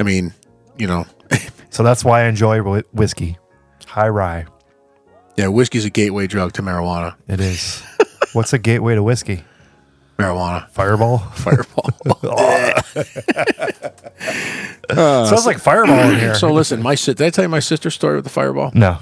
Speaker 1: I mean, you know,
Speaker 2: So that's why I enjoy whi- whiskey. High rye.
Speaker 1: yeah, whiskey's a gateway drug to marijuana. (laughs)
Speaker 2: It is. What's a gateway to whiskey?
Speaker 1: Marijuana, (laughs)
Speaker 2: Fireball? (laughs)
Speaker 1: fireball.
Speaker 2: Sounds like fireball in here.
Speaker 1: Um, (clears throat) so listen, my si- did I tell you my sister's story with the fireball?
Speaker 2: (clears throat) no.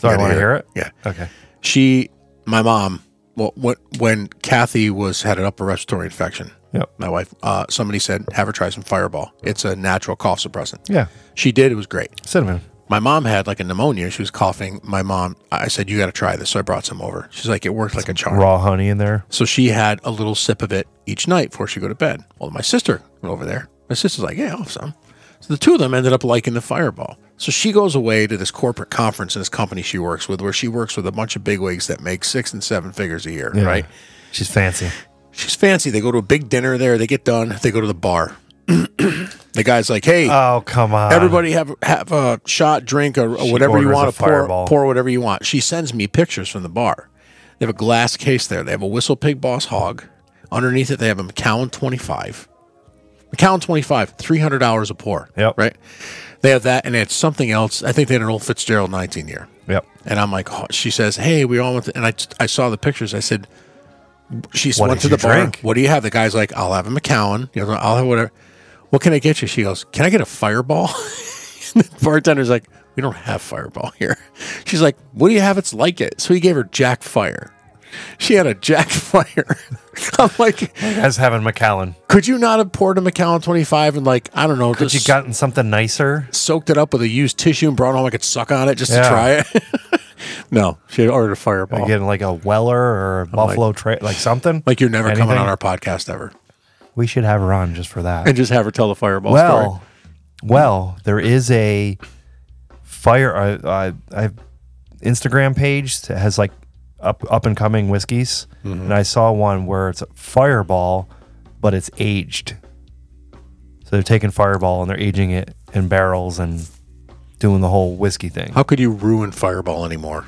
Speaker 2: So I
Speaker 1: Gotta
Speaker 2: want to hear it.
Speaker 1: Yeah,
Speaker 2: Okay.
Speaker 1: she, my mom. Well, when- when Kathy was had an upper respiratory infection,
Speaker 2: Yep.
Speaker 1: my wife, uh, somebody said, "Have her try some Fireball. It's a natural cough suppressant."
Speaker 2: Yeah.
Speaker 1: She did. It was great.
Speaker 2: Cinnamon.
Speaker 1: My mom had like a pneumonia. She was coughing. My mom, I said, "You got to try this." So I brought some over. She's like, "It worked like a charm."
Speaker 2: Raw honey in there.
Speaker 1: So she had a little sip of it each night before she go to bed. Well, my sister went over there. My sister's like, yeah, I'll have some. So the two of them ended up liking the fireball. So she goes away to this corporate conference in this company she works with, where she works with a bunch of bigwigs that make six and seven figures a year,
Speaker 2: Yeah.
Speaker 1: right?
Speaker 2: She's fancy.
Speaker 1: She's fancy. They go to a big dinner there. They get done. They go to the bar. (clears throat) the guy's like, hey,
Speaker 2: Oh, come on.
Speaker 1: Everybody have have a shot, drink, or, or
Speaker 2: She
Speaker 1: whatever you
Speaker 2: orders
Speaker 1: want
Speaker 2: a
Speaker 1: to pour.
Speaker 2: Fireball.
Speaker 1: Pour whatever you want. She sends me pictures from the bar. They have a glass case there. They have a Whistle Pig Boss hog. Underneath it, they have a McCown 25. McCown 25, 300 hours a pour.
Speaker 2: Yep.
Speaker 1: Right? They have that, and they had something else. I think they had an old Fitzgerald 19 year.
Speaker 2: Yep.
Speaker 1: And I'm like, oh, she says, hey, we all went. To, and I, I saw the pictures. I said, she
Speaker 2: What
Speaker 1: went to
Speaker 2: did
Speaker 1: the
Speaker 2: you
Speaker 1: bar.
Speaker 2: drink?
Speaker 1: What do you have? The guy's like, I'll have a McCowan. You know, I'll have whatever. What can I get you? She goes, Can I get a fireball? (laughs) and the bartender's like, We don't have fireball here. She's like, What do you have? It's like it. So he gave her Jack Fire. She had a Jack (laughs) Fire. I'm like,
Speaker 2: As having McAllen.
Speaker 1: Could you not have poured a McCowan 25 and like, I don't know,
Speaker 2: Could you
Speaker 1: just
Speaker 2: gotten something nicer?
Speaker 1: soaked it up with a used tissue and brought home I could suck on it just
Speaker 2: Yeah.
Speaker 1: to try it? (laughs) no, she had ordered a fireball.
Speaker 2: Getting like a Weller or a Buffalo Trail, like something.
Speaker 1: Oh. Like you're never coming
Speaker 2: Anything?
Speaker 1: on our podcast ever,
Speaker 2: We should have her on just for that.
Speaker 1: and just have her tell the fireball story.
Speaker 2: Well, well, there is a fire. I, I, I Instagram page that has like up up and coming whiskeys,
Speaker 1: Mm-hmm.
Speaker 2: and I saw one where it's a Fireball, but it's aged. So they're taking Fireball and they're aging it in barrels and doing the whole whiskey thing.
Speaker 1: How could you ruin Fireball anymore?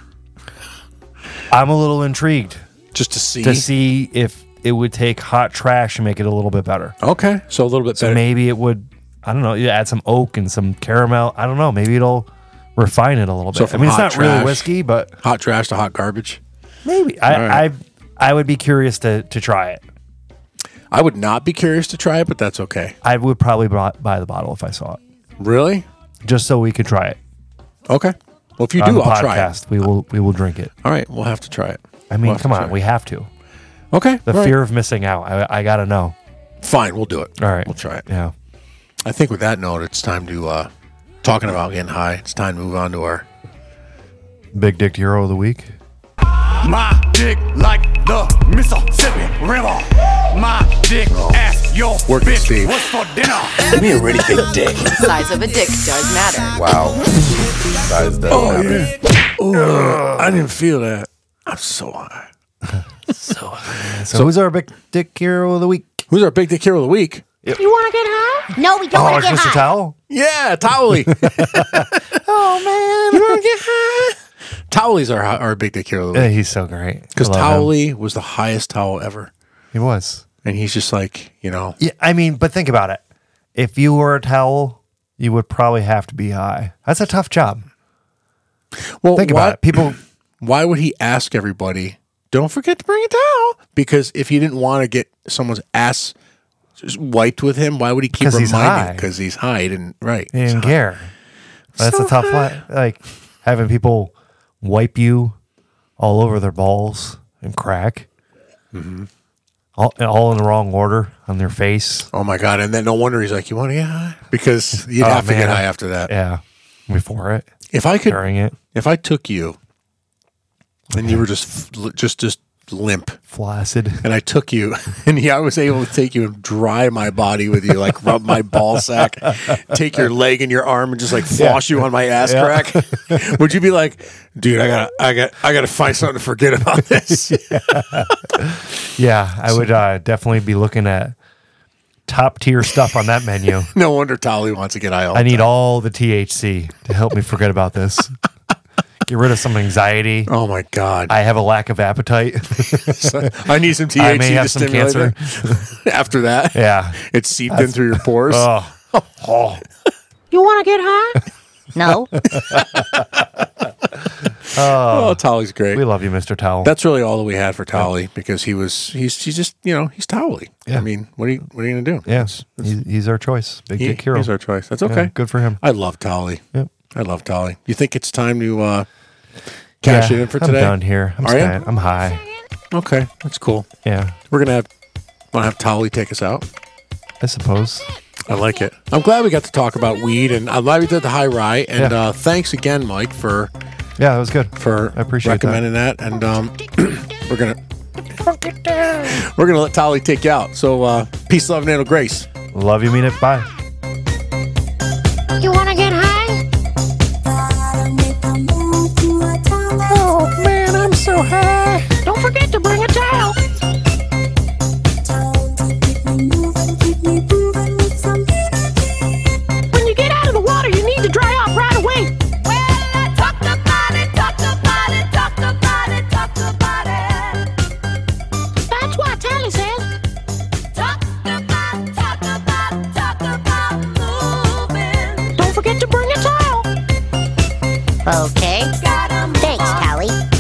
Speaker 2: I'm a little intrigued
Speaker 1: Just to see.
Speaker 2: to see if it would take hot trash and make it a little bit better.
Speaker 1: Okay, so a little bit
Speaker 2: So
Speaker 1: better.
Speaker 2: maybe it would. I don't know. You add some oak and some caramel. I don't know. Maybe it'll refine it a little bit.
Speaker 1: So
Speaker 2: I
Speaker 1: from
Speaker 2: mean, it's not
Speaker 1: hot
Speaker 2: really
Speaker 1: trash-
Speaker 2: whiskey, but
Speaker 1: hot trash to hot garbage.
Speaker 2: maybe I,
Speaker 1: right.
Speaker 2: I I would be curious to to try it.
Speaker 1: I would not be curious to try it, but that's okay.
Speaker 2: I would probably bu- buy the bottle if I saw it,
Speaker 1: Really?
Speaker 2: just so we could try it.
Speaker 1: Okay. Well, if you
Speaker 2: On
Speaker 1: do,
Speaker 2: the
Speaker 1: I'll try it.
Speaker 2: podcast, we will we will drink it.
Speaker 1: All right, we'll have to try it.
Speaker 2: I mean,
Speaker 1: We'll have
Speaker 2: come
Speaker 1: to
Speaker 2: on,
Speaker 1: try
Speaker 2: we have to.
Speaker 1: it. okay.
Speaker 2: The
Speaker 1: all right.
Speaker 2: fear of missing out. I, I gotta know.
Speaker 1: Fine, we'll do it.
Speaker 2: All right,
Speaker 1: we'll try it.
Speaker 2: Yeah,
Speaker 1: I think with that note, it's time to uh talking about getting high. It's time to move on to our.
Speaker 2: big dick hero of the week.
Speaker 10: My dick like the Mississippi River. My dick ass your
Speaker 1: Work it,
Speaker 10: bitch
Speaker 1: Steve.
Speaker 10: what's for dinner.
Speaker 4: Be a really big dick.
Speaker 11: Size of a dick does matter.
Speaker 4: Wow. Size does matter.
Speaker 1: I didn't feel that. I'm so high.
Speaker 2: So, who's our big dick hero of the week?
Speaker 1: Who's our big dick hero of the week?
Speaker 5: You want to get high?
Speaker 6: No, we don't
Speaker 2: Oh,
Speaker 6: want
Speaker 2: it's
Speaker 6: to get
Speaker 2: Mr.
Speaker 6: high.
Speaker 2: Towel.
Speaker 1: Yeah,
Speaker 2: (laughs)
Speaker 1: Towley.
Speaker 2: Oh man,
Speaker 1: (laughs) Towley's our our big dick hero of the
Speaker 2: Yeah,
Speaker 1: week
Speaker 2: he's so great.
Speaker 1: because
Speaker 2: I love
Speaker 1: Towley
Speaker 2: him.
Speaker 1: was the highest towel ever,
Speaker 2: He was.
Speaker 1: and he's just like you know.
Speaker 2: Yeah, I mean, but think about it. If you were a towel, you would probably have to be high. That's a tough job.
Speaker 1: Well,
Speaker 2: Think
Speaker 1: why-
Speaker 2: about it. (laughs) People,
Speaker 1: why would he ask everybody don't forget to bring a towel because if he didn't want to get someone's ass just wiped with him why would he keep
Speaker 2: Because he's
Speaker 1: reminding
Speaker 2: high.
Speaker 1: because he's high he didn't right
Speaker 2: they didn't care. That's a tough li Like having people wipe you all over their balls and crack, Mm-hmm. all, and all in the wrong order on their face.
Speaker 1: oh my god and then no wonder he's like you want to get high
Speaker 2: (laughs)
Speaker 1: because you'd
Speaker 2: Oh,
Speaker 1: have to get
Speaker 2: man.
Speaker 1: high after that
Speaker 2: Yeah, before it,
Speaker 1: if i could
Speaker 2: during it.
Speaker 1: if i took you and you were just f- just just limp,
Speaker 2: flaccid, (laughs)
Speaker 1: and I took you, (laughs) and yeah, I was able to take you and dry my body with you, like rub my ball sack, take your leg and your arm, and just like floss you on my ass
Speaker 2: Yeah. (laughs)
Speaker 1: crack. Would you be like, dude, I gotta, I got, I gotta find something to forget about
Speaker 2: (laughs)
Speaker 1: this?
Speaker 2: Yeah, I would uh, definitely be looking at top tier stuff on
Speaker 1: (laughs)
Speaker 2: that menu.
Speaker 1: no wonder Tolly wants to get high. All
Speaker 2: I need all the THC to help me forget
Speaker 1: (laughs)
Speaker 2: about this. Get rid of some anxiety.
Speaker 1: Oh my god,
Speaker 2: I have a lack of appetite.
Speaker 1: (laughs) I need some THC
Speaker 2: (laughs) I may have
Speaker 1: to
Speaker 2: some
Speaker 1: stimulate
Speaker 2: cancer.
Speaker 1: it. (laughs) After that,
Speaker 2: Yeah.
Speaker 1: it's seeped in through your pores.
Speaker 2: (laughs) Oh,
Speaker 5: You want to get high?
Speaker 6: No.
Speaker 1: oh, Tolly's great.
Speaker 2: we love you, Mr. Towel.
Speaker 1: That's really all that we had for Tolly because he was he's he's just you know he's Tolly.
Speaker 2: Yeah.
Speaker 1: I mean, what are you what are you gonna do?
Speaker 2: yes, he's, he's our choice. Big
Speaker 1: He-
Speaker 2: Dick Hero.
Speaker 1: he's our choice. That's
Speaker 2: Yeah,
Speaker 1: okay.
Speaker 2: good for him.
Speaker 1: I love Tolly.
Speaker 2: Yep.
Speaker 1: I love Tolly. You think it's time to uh, cash
Speaker 2: Yeah,
Speaker 1: it in for
Speaker 2: I'm
Speaker 1: today?
Speaker 2: done here. I'm
Speaker 1: Are ya?
Speaker 2: spent. I'm high.
Speaker 1: Okay, that's cool.
Speaker 2: Yeah,
Speaker 1: We're gonna have want to have Tolly take us out.
Speaker 2: I suppose.
Speaker 1: I like it. I'm glad we got to talk about weed, and I'm glad we did the high rye. And
Speaker 2: Yeah.
Speaker 1: uh, thanks again, Mike, for
Speaker 2: Yeah, that was good.
Speaker 1: for
Speaker 2: I appreciate that.
Speaker 1: recommending that. And um,
Speaker 5: (coughs)
Speaker 1: we're gonna we're gonna let Tolly take you out. So uh, peace, love, and nano grace.
Speaker 2: Love you, mean it. Bye.
Speaker 5: You want to get high?
Speaker 7: Oh man, I'm so high.
Speaker 5: Don't forget to bring a towel. When you get out of the water, you need to dry off right away. That's what Tally says. Don't forget to bring a towel.
Speaker 6: Okay. Thanks, Tally.